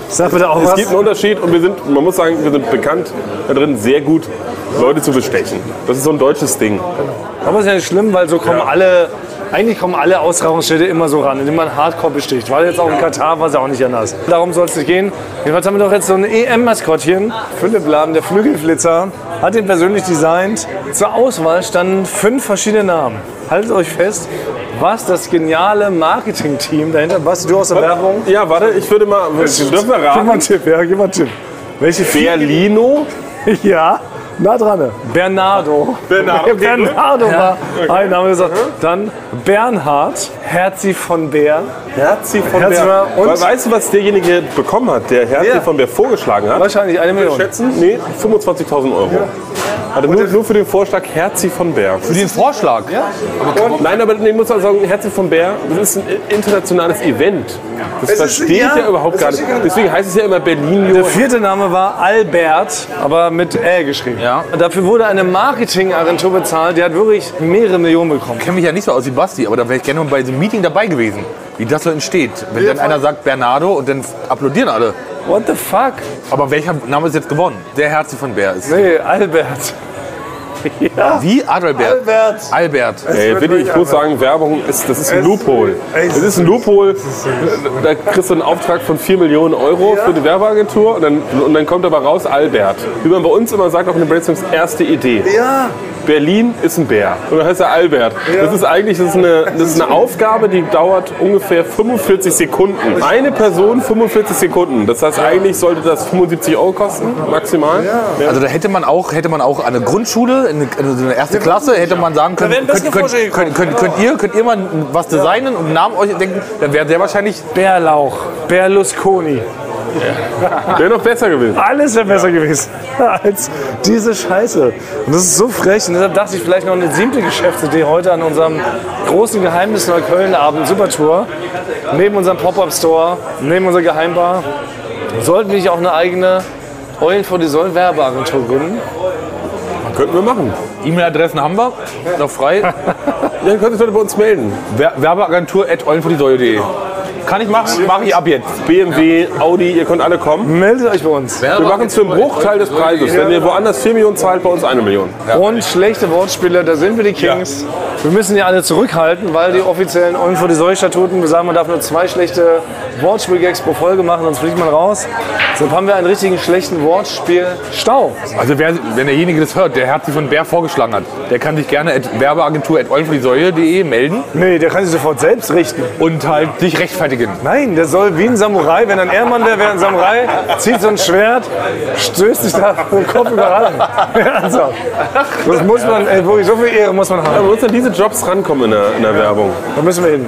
S5: Sag bitte auch
S4: Es gibt einen Unterschied und wir sind, man muss sagen, wir sind bekannt darin, sehr gut Leute zu bestechen. Das ist so ein deutsches Ding.
S5: Aber ist ja nicht schlimm, weil so kommen alle, eigentlich kommen alle Austragungsstädte immer so ran, indem man Hardcore besticht. War jetzt auch in Katar, war es ja auch nicht anders. Darum soll es nicht gehen. Jedenfalls haben wir doch jetzt so ein E EM-Maskottchen. Philipp Lahm, der Flügelflitzer, hat den persönlich designt. Zur Auswahl standen fünf verschiedene Namen. Haltet euch fest, was das geniale Marketing-Team dahinter, was du aus der Werbung...
S4: Ja, warte, ich würde mal, dürfen wir
S5: Gib mal
S4: raten?
S5: einen Tipp, ja, gib mal einen Tipp. Welche vier?
S4: Berlino,
S5: Ja, Na dran. Bernardo.
S4: Bernardo, okay, gut.
S5: Bernardo war ein Name gesagt. Dann Bernhard, Herzi von Bär.
S4: Herzi von
S5: Herzi
S4: Bär.
S5: war- und-
S4: We- Weißt du, was derjenige bekommen hat, der Herzi
S5: Wer?
S4: von Bär vorgeschlagen hat?
S5: Wahrscheinlich eine
S4: Wir
S5: Million.
S4: schätzen? Nee, 25.000 Euro. Also nur, nur für den Vorschlag Herzi von Bär.
S3: Für den Vorschlag.
S4: Und, nein, aber ich muss auch sagen, Herzi von Bär, das ist ein internationales Event. Das verstehe
S5: ja,
S4: ich ja überhaupt gar nicht. Deswegen heißt es ja immer Berlin,
S5: Der vierte Name war Albert, aber mit L geschrieben.
S3: Ja.
S5: Und Dafür wurde eine Marketingagentur bezahlt, die hat wirklich mehrere Millionen bekommen.
S3: Ich kenne mich ja nicht so aus wie Basti, aber da wäre ich gerne mal bei diesem Meeting dabei gewesen, wie das so entsteht. Wenn dann einer sagt Bernardo und dann applaudieren alle.
S5: What the fuck?
S3: Aber welcher Name ist jetzt gewonnen? Der Herzi von Bär ist.
S5: Nee, Albert. Ja.
S3: Wie? Adalbert.
S5: Albert.
S3: Albert.
S4: Ey, bitte, Äh, ich muss sagen, Werbung ist, das ist ein Loophole. Das ist ein Loophole. Da kriegst du einen Auftrag von 4 Millionen Euro für die Werbeagentur und dann, und dann kommt aber raus Albert. Wie man bei uns immer sagt, auch in den Brainstorms, erste Idee.
S5: Ja.
S4: Berlin ist ein Bär. Und dann heißt er Albert. Das ist eigentlich das ist eine, das ist eine Aufgabe, die dauert ungefähr 45 Sekunden. Eine Person 45 Sekunden. Das heißt, eigentlich sollte das 75 Euro kosten, maximal. Ja.
S3: Also da hätte man auch, hätte man auch an eine Grundschule, in eine, in so eine erste Klasse, hätte man sagen können,
S5: wären bessere
S3: könnt, könnt,
S5: Vorschläge
S3: könnt, könnt, könnt ihr, könnt ihr mal was designen und einen Namen euch denken, dann wäre der wahrscheinlich
S5: Bärlauch. Berlusconi.
S4: Wäre noch besser gewesen.
S5: Alles wäre besser gewesen als diese Scheiße. Und das ist so frech. Und deshalb dachte ich vielleicht noch eine siebte Geschäftsidee heute an unserem großen Geheimnis Neukölln-Abend Supertour. Neben unserem Pop-Up-Store, neben unserer Geheimbar, sollten wir nicht auch eine eigene Eulen vor die Säulen Werbeagentur gründen.
S4: Könnten wir machen.
S3: E-Mail-Adressen haben wir, noch frei.
S4: Ja, könnt ihr euch bei uns melden.
S3: Wer- Werbeagentur at eulenvortiesäule.de. Kann ich machen? Mache ich ab jetzt.
S4: BMW, Audi, ihr könnt alle kommen.
S5: Meldet euch bei uns.
S4: Wir machen es für einen Bruchteil des Preises. Also, Wenn ihr woanders 4 Millionen zahlt, bei uns eine Million.
S5: Und schlechte Wortspiele, da sind wir die Kings. Wir müssen die alle zurückhalten, weil die offiziellen Eulen vor die Säulen-Statuten sagen, man darf nur zwei schlechte Wortspiel-Gags pro Folge machen, sonst fliegt man raus. Deshalb haben wir einen richtigen schlechten Wortspiel-Stau.
S3: Also wer, wenn derjenige das hört, der Herzi von Bär vorgeschlagen hat, der kann sich gerne at werbeagentur at eulenvortiesäule.de melden
S5: Nee, der kann sich sofort selbst richten.
S3: und halt sich rechtfertigen.
S5: Nein, der soll wie ein Samurai, wenn er ein Ehrmann wäre, wäre ein Samurai, zieht so ein Schwert, stößt sich da den Kopf überall an. Ernsthaft. Das muss man, ey, wirklich, so viel Ehre muss man haben.
S4: Man muss an diese Jobs rankommen in der, in der Werbung.
S5: Da müssen wir hin.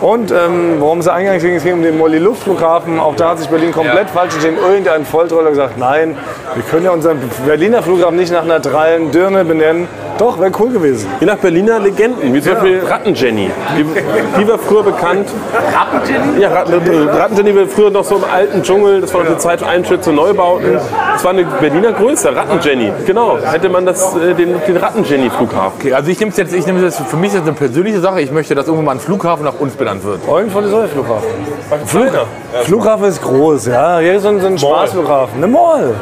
S5: Und ähm, worum es eingangs ging, es ging um den Molly Luftflughafen. Auch da hat sich Berlin komplett falsch entschieden. Irgendein Volltroller gesagt, nein, wir können ja unseren Berliner Flughafen nicht nach einer drallen Dirne benennen. Doch, wäre cool gewesen.
S4: Je nach Berliner Legenden, wie zum Beispiel Rattenjenny. Die, die war früher bekannt. Rattenjenny? Ja, Rat- äh, Rattenjenny war früher noch so im alten Dschungel. Das war noch die Zeit für Einschütze, Neubauten. Das war eine Berliner Größe, Rattenjenny. Genau, hätte man das, äh, den, den Rattenjenny-Flughafen.
S3: Okay, also ich nehme es jetzt, ich nehme es jetzt, für mich ist das eine persönliche Sache. Ich möchte, dass irgendwann mal ein Flughafen nach uns benannt wird.
S5: Eulen von der Säule Flughafen. Flughafen ist groß, ja. Hier ist so ein, so ein Spaßflughafen. Eine Mall.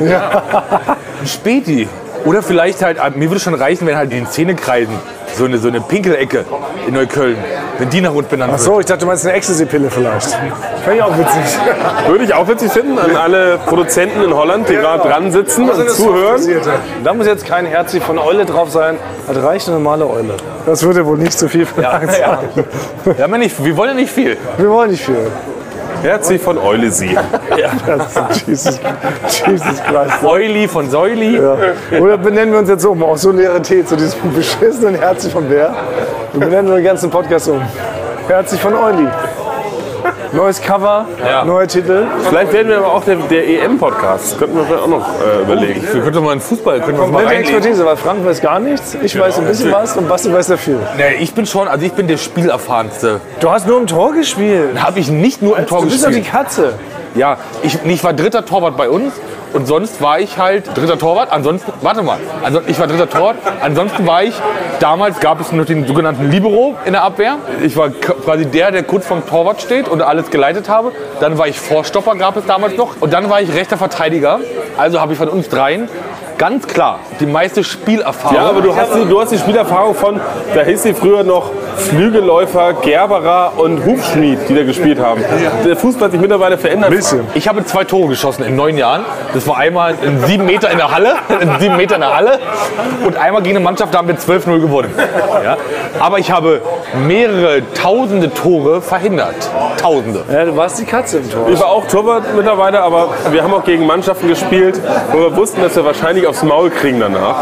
S3: Ein Späti. Oder vielleicht halt, mir würde schon reichen, wenn halt in den Zähnekreisen so eine, so eine Pinkelecke in Neukölln, wenn die nach uns benannt
S5: Ach
S3: wird.
S5: so, Oh, ich dachte, du meinst eine Ecstasy-Pille vielleicht. Fände ich auch witzig.
S4: Würde ich auch witzig finden an alle Produzenten in Holland, die gerade dran sitzen und zuhören.
S5: Da muss jetzt kein Herzi von Eule drauf sein. Das reicht eine normale Eule. Das würde wohl nicht zu viel verlangt sein.
S3: Wir, haben ja nicht, wir wollen ja nicht viel.
S5: Wir wollen nicht viel.
S4: Herzlich von Eulesee.
S5: Jesus, Jesus Christ.
S3: Euli von Säuli.
S5: Ja. Oder benennen wir uns jetzt um, auch Solidarität zu diesem beschissenen Herzi von Bär. Wir benennen den ganzen Podcast um. Herzi von Euli. Neues Cover, neuer Titel.
S4: Vielleicht werden wir aber auch der, der EM-Podcast. Könnten wir vielleicht auch noch äh, überlegen.
S3: E Wir könnten doch mal in Fußball, können wir uns mal
S5: Nette
S3: reinlegen.
S5: Expertise, weil Frank weiß gar nichts, ich
S3: Genau.
S5: weiß ein bisschen was und Basti weiß sehr viel.
S3: Nee, ich bin schon, also ich bin der Spielerfahrenste.
S5: Du hast nur im Tor gespielt.
S3: Habe ich nicht nur im Tor
S5: Du bist doch die
S3: gespielt.
S5: Katze.
S3: Ja, ich, nee, ich war dritter Torwart bei uns und sonst war ich halt dritter Torwart. Ansonsten, warte mal, also ich war dritter Torwart. Ansonsten war ich, damals gab es noch den sogenannten Libero in der Abwehr. Ich war k- quasi der, der kurz vom Torwart steht und alles geleitet habe. Dann war ich Vorstopper, gab es damals noch. Und dann war ich rechter Verteidiger. Also habe ich von uns dreien ganz klar die meiste Spielerfahrung.
S4: Ja, aber du hast, die, du hast die Spielerfahrung von, da hieß sie früher noch Flügelläufer, Gerberer und Hufschmied, die da gespielt haben. Der Fußball hat sich mittlerweile verändert.
S3: Bisschen. Ich habe zwei Tore geschossen in neun Jahren. Das war einmal in sieben Meter in der Halle, in sieben Meter in der Halle und einmal gegen eine Mannschaft, da haben wir 12-0 gewonnen. Ja? Aber ich habe mehrere tausende Tore verhindert. Tausende.
S5: Ja, du warst die Katze im Tor.
S4: Ich war auch Torwart mittlerweile, aber wir haben auch gegen Mannschaften gespielt, wo wir wussten, dass wir wahrscheinlich aufs Maul kriegen danach.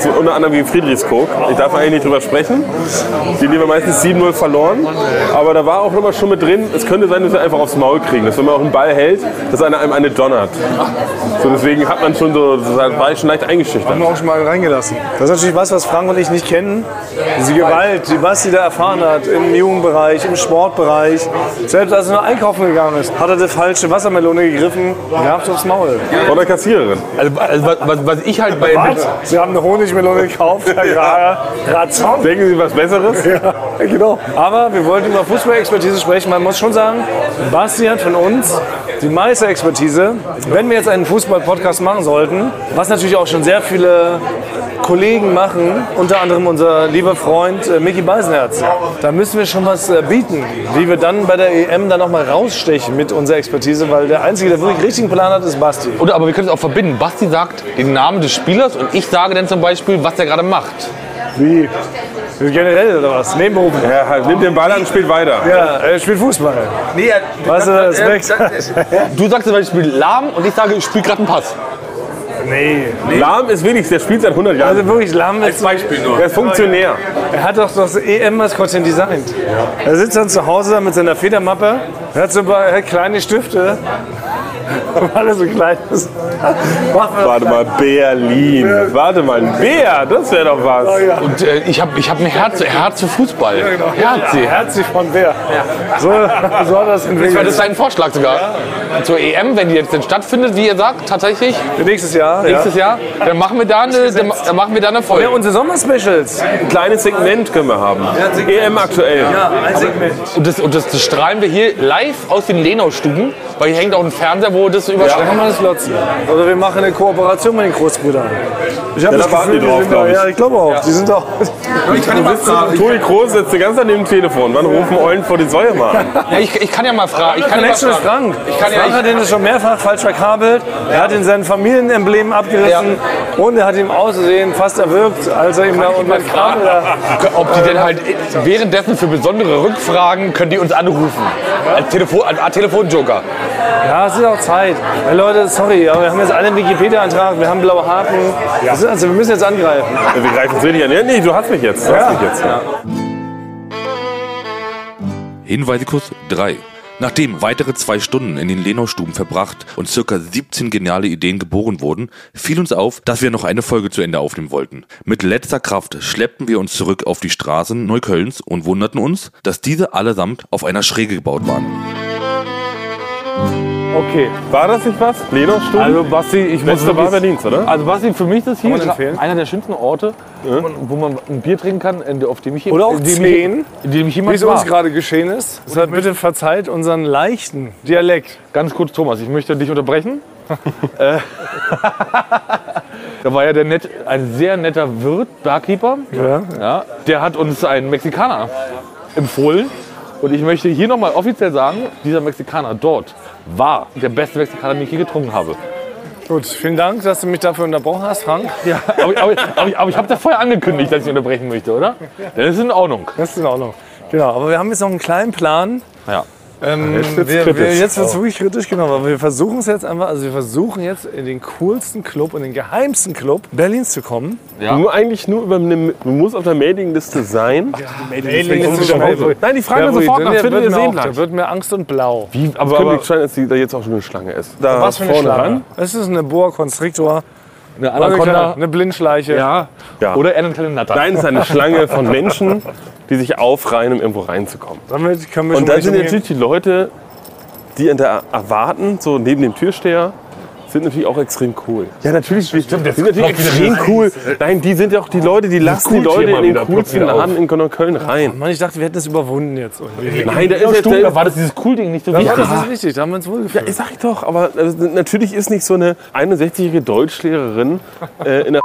S4: So, unter anderem gegen Friedrichskoog. Ich darf eigentlich nicht drüber sprechen. Die haben wir meistens 7-0 verloren. Aber da war auch immer schon mit drin, es könnte sein, dass wir einfach aufs Maul kriegen. Dass wenn man auch einen Ball hält, dass einer einem eine donnert. So, deswegen hat man schon so, das war ich schon leicht eingeschüchtert.
S5: Haben wir auch schon mal reingelassen. Das ist natürlich was, was Frank und ich nicht kennen. Diese Gewalt, die Basti da erfahren hat, im Jugendbereich, im Sportbereich. Selbst als er nur einkaufen gegangen ist, hat er die falsche Wassermelone gegriffen und gehabt aufs Maul.
S4: Von der Kassiererin.
S3: Also, also was- was, was ich halt bei
S5: Sie haben eine Honigmelone gekauft, Herr Graher. Ratzon.
S4: Denken Sie was Besseres?
S5: Ja, genau. Aber wir wollten über Fußballexpertise sprechen. Man muss schon sagen, Basti hat von uns die meiste Expertise. Wenn wir jetzt einen Fußball-Podcast machen sollten, was natürlich auch schon sehr viele Kollegen machen, unter anderem unser lieber Freund äh, Micky Beisenherz, da müssen wir schon was äh, bieten, wie wir dann bei der E EM dann nochmal rausstechen mit unserer Expertise, weil der Einzige, der wirklich richtigen Plan hat, ist Basti.
S3: Oder aber wir können es auch verbinden. Basti sagt den Namen des Spielers und ich sage dann zum Beispiel, was er gerade macht.
S5: Wie? Generell oder was? Nebenberuflich?
S4: Ja, halt, nimmt den Ball an und spielt weiter.
S5: Ja, er spielt Fußball. Nee, weißt du, das ist weg.
S3: Du sagst zum Beispiel lahm und ich sage, ich spiele gerade einen Pass.
S5: Nee.
S4: Lahm ist wenigstens, der spielt seit 100 Jahren.
S5: Also wirklich, Lamm ist
S3: Beispiel nur.
S4: Der ist Funktionär.
S5: Er hat doch das EM-Maskottchen designt. Er sitzt dann zu Hause mit seiner Federmappe, er hat so ein paar er hat kleine Stifte, weil er so klein ist. Macht man-
S4: Warte mal, Berlin. Warte mal, ein Bär, das wäre doch was.
S3: Und äh, ich habe ich hab ein Herz, Herz für Fußball. Herz.
S5: Herzi, Herzi von wer? So, so hat er das
S3: Das war- das
S5: entwickelt.
S3: ist ein Vorschlag sogar. Zur EM, wenn die jetzt denn stattfindet, wie ihr sagt, tatsächlich,
S5: Nächstes Jahr.
S3: nächstes Jahr, dann machen wir da eine, dann, dann machen wir da eine
S5: Ja,
S3: Folge.
S5: unsere Sommerspecials.
S4: Ein kleines Segment können wir haben. EM aktuell.
S5: ein Segment.
S3: Und, das, und das, das strahlen wir hier live aus den Lenau-Stuben, weil hier hängt auch ein Fernseher, wo das überstrahlt.
S5: Dann kann man das lotzen. Oder wir machen eine Kooperation mit den Großbrüdern. Ich habe
S4: da warten die drauf, glaub ich.
S5: Ja, ich glaube auch. Die sind auch.
S4: Toni Kroos sitzt die ganze Zeit neben dem Telefon. Wann rufen Eulen vor die Säue mal an?
S3: Ja, ich, ich kann ja mal fragen. Ich kann ja mal
S5: Connection mit
S3: fragen.
S5: Frank.
S3: Ich kann ja-
S5: Frank hat ihn das schon mehrfach falsch verkabelt. Er hat ihn sein Familienemblem abgerissen und er hat ihm aussehen fast erwürgt, als er ihm da unter den Kabel da.
S3: Ob die denn halt währenddessen für besondere Rückfragen können die uns anrufen. Als, Telefon, als Art Telefonjoker.
S5: Ja, es ist auch Zeit. Ja, Leute, sorry, aber wir haben jetzt alle einen Wikipedia-Antrag, wir haben blaue Haken. Das ist- Also wir müssen jetzt angreifen.
S4: Äh, Wir greifen uns richtig an. Ja, nee, du hast mich jetzt. Du hast mich jetzt.
S1: Hinweisikus 3. Nachdem weitere zwei Stunden in den Lenau-Stuben verbracht und circa 17 geniale Ideen geboren wurden, fiel uns auf, dass wir noch eine Folge zu Ende aufnehmen wollten. Mit letzter Kraft schleppten wir uns zurück auf die Straßen Neuköllns und wunderten uns, dass diese allesamt auf einer Schräge gebaut waren.
S5: Okay.
S4: War das nicht was? Lenosstuben?
S3: Also Basti, ich muss
S4: Letzte war
S3: wirklich-
S4: Berlins, oder?
S3: Also Basti, für mich ist hier
S5: man empfehlen?
S3: einer der schönsten Orte, wo, man, wo man ein Bier trinken kann, in der- auf dem ich
S5: Oder auch
S3: in dem
S5: zehn,
S3: ich, in dem ich
S5: Wie
S3: jemals
S5: es uns
S3: war.
S5: gerade geschehen ist. Deshalb bitte verzeiht unseren leichten Dialekt.
S3: Ganz kurz, Thomas, ich möchte dich unterbrechen. Äh, da war ja der nett, ein sehr netter Wirt, Barkeeper.
S5: Ja.
S3: Ja, der hat uns einen Mexikaner empfohlen. Und ich möchte hier nochmal offiziell sagen, dieser Mexikaner dort war der beste Mexikaner, den ich je getrunken habe.
S5: Gut, vielen Dank, dass du mich dafür unterbrochen hast, Frank.
S3: Ja, aber, aber, aber ich, aber ich habe das vorher angekündigt, dass ich unterbrechen möchte, oder? Das ist in Ordnung.
S5: Das ist in Ordnung. Genau, aber wir haben jetzt noch einen kleinen Plan.
S3: Ja.
S5: Ähm, jetzt
S4: wird's
S5: wir, wir,
S4: kritisch.
S5: jetzt wird's wirklich kritisch, genau. Aber wir versuchen es jetzt einfach, also wir versuchen jetzt in den coolsten Club und den geheimsten Club Berlins zu kommen.
S4: Nur eigentlich nur über eine, du musst auf der Mailingliste sein.
S5: Nein, die fragen
S4: wir sofort nach, findet ihr Seenland?
S5: Da wird mir Angst und blau.
S4: Wie, aber
S3: aber-
S4: könnte sein, dass die da jetzt auch schon eine Schlange ist. Da vorne ran.
S5: Es ist eine Boa Constrictor,
S3: Eine
S5: eine,
S3: Anaconda.
S5: eine Blindschleiche.
S3: Ja.
S4: Ja.
S3: Oder eine kleine Natter.
S4: Nein, es ist eine Schlange von Menschen, die sich aufreihen, um irgendwo reinzukommen.
S5: Damit können wir schon
S4: Und dann
S5: recht
S4: sind
S5: umgehen.
S4: natürlich die Leute, die an der erwarten, so neben dem Türsteher, sind natürlich auch extrem cool. Ja, natürlich. Die sind natürlich extrem cool. Nein, die sind ja auch die Leute, die lassen die
S3: coolt hier
S4: Leute
S3: mal
S4: in den
S3: wieder, ploppt
S4: coolsten
S3: wieder auf.
S4: Laden in Köln rein.
S5: Mann, ich dachte, wir hätten es überwunden jetzt. irgendwie.
S4: Nein, da
S3: Ja,
S4: ist jetzt
S3: stimmt, da
S4: der,
S3: war das dieses Cool-Ding nicht so
S5: Ja,
S3: wichtig.
S5: das ist richtig, da haben wir uns wohl gefühlt.
S4: ich sag also, ich doch, aber äh, natürlich ist nicht so eine 61-jährige Deutschlehrerin äh, in der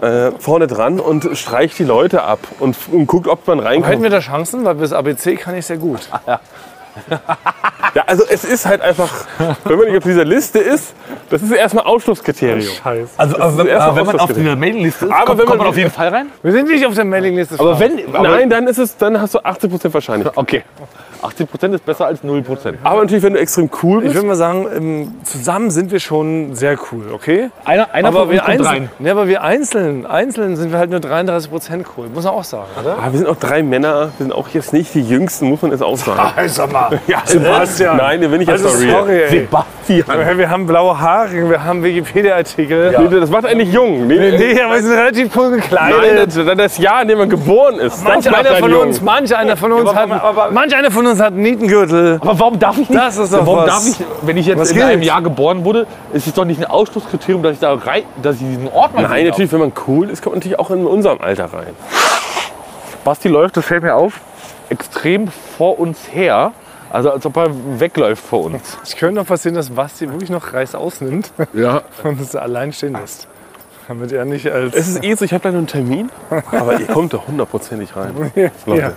S4: äh, vorne dran und streicht die Leute ab und, und guckt, ob man
S5: Hätten
S4: reinkommt.
S5: wir da Chancen? Weil bis ABC kann ich sehr gut.
S4: Ja, also es ist halt einfach, wenn man nicht auf dieser Liste ist, das ist erstmal Ausschlusskriterium.
S3: Also, also wenn,
S4: erstmal
S3: äh, wenn man auf
S4: festgelegt.
S3: der Mailingliste ist,
S4: Aber
S3: kommt,
S4: wenn
S3: kommt
S4: man-
S3: man auf jeden Fall rein.
S5: Wir sind nicht auf der Mailingliste.
S3: Aber wenn, aber,
S4: Nein, dann, ist es, dann hast du 80% Wahrscheinlichkeit.
S3: Okay. 80% ist besser als 0%.
S4: Aber natürlich, wenn du extrem cool
S5: ich
S4: bist,
S5: würde mal sagen, im- zusammen sind wir schon sehr cool, okay?
S3: Einer, einer
S5: Aber wir,
S3: kommt
S5: einzeln, nee, aber wir einzeln, einzeln sind wir halt nur 33% cool, muss man auch sagen, oder?
S4: Ah, wir sind auch drei Männer, wir sind auch jetzt nicht die Jüngsten, muss man jetzt auch sagen.
S5: Also mal.
S4: Ja,
S5: Sebastian.
S4: Nein, da bin ich jetzt
S5: Also
S4: sorry. real.
S5: sorry, ey.
S4: Sebastian.
S5: Wir haben blaue Haare, wir haben Wikipedia-Artikel.
S4: Nee, das macht eigentlich jung. Nee, nee,
S5: Nee, aber wir sind relativ cool gekleidet.
S3: Äh,
S4: Nein, das, das Jahr, in dem man geboren ist.
S5: Manch
S4: das macht
S5: einer
S4: einen
S5: von
S4: jung.
S5: uns, manch einer von uns hat, manch einer von uns hat einen Nietengürtel.
S3: Aber warum darf ich nicht?
S5: Das ist doch
S3: warum
S5: was.
S3: darf ich, wenn ich jetzt
S5: Was
S3: in
S5: gilt?
S3: einem Jahr geboren wurde, ist es doch nicht ein Ausschlusskriterium, dass ich da rein, dass ich diesen Ort mal
S4: Nein,
S3: sehen
S4: natürlich, wenn man cool ist, kommt man natürlich auch in unserem Alter rein.
S3: darf. Basti läuft, das fällt mir auf, extrem vor uns her. Also als ob er wegläuft vor uns.
S5: Es könnte noch passieren, dass Basti wirklich noch Reis ausnimmt
S3: Ja.
S5: und es allein stehen lässt. Damit er nicht als.
S4: Es ist eh so, ich habe gleich noch einen Termin, aber ihr kommt doch hundertprozentig rein.
S5: ja.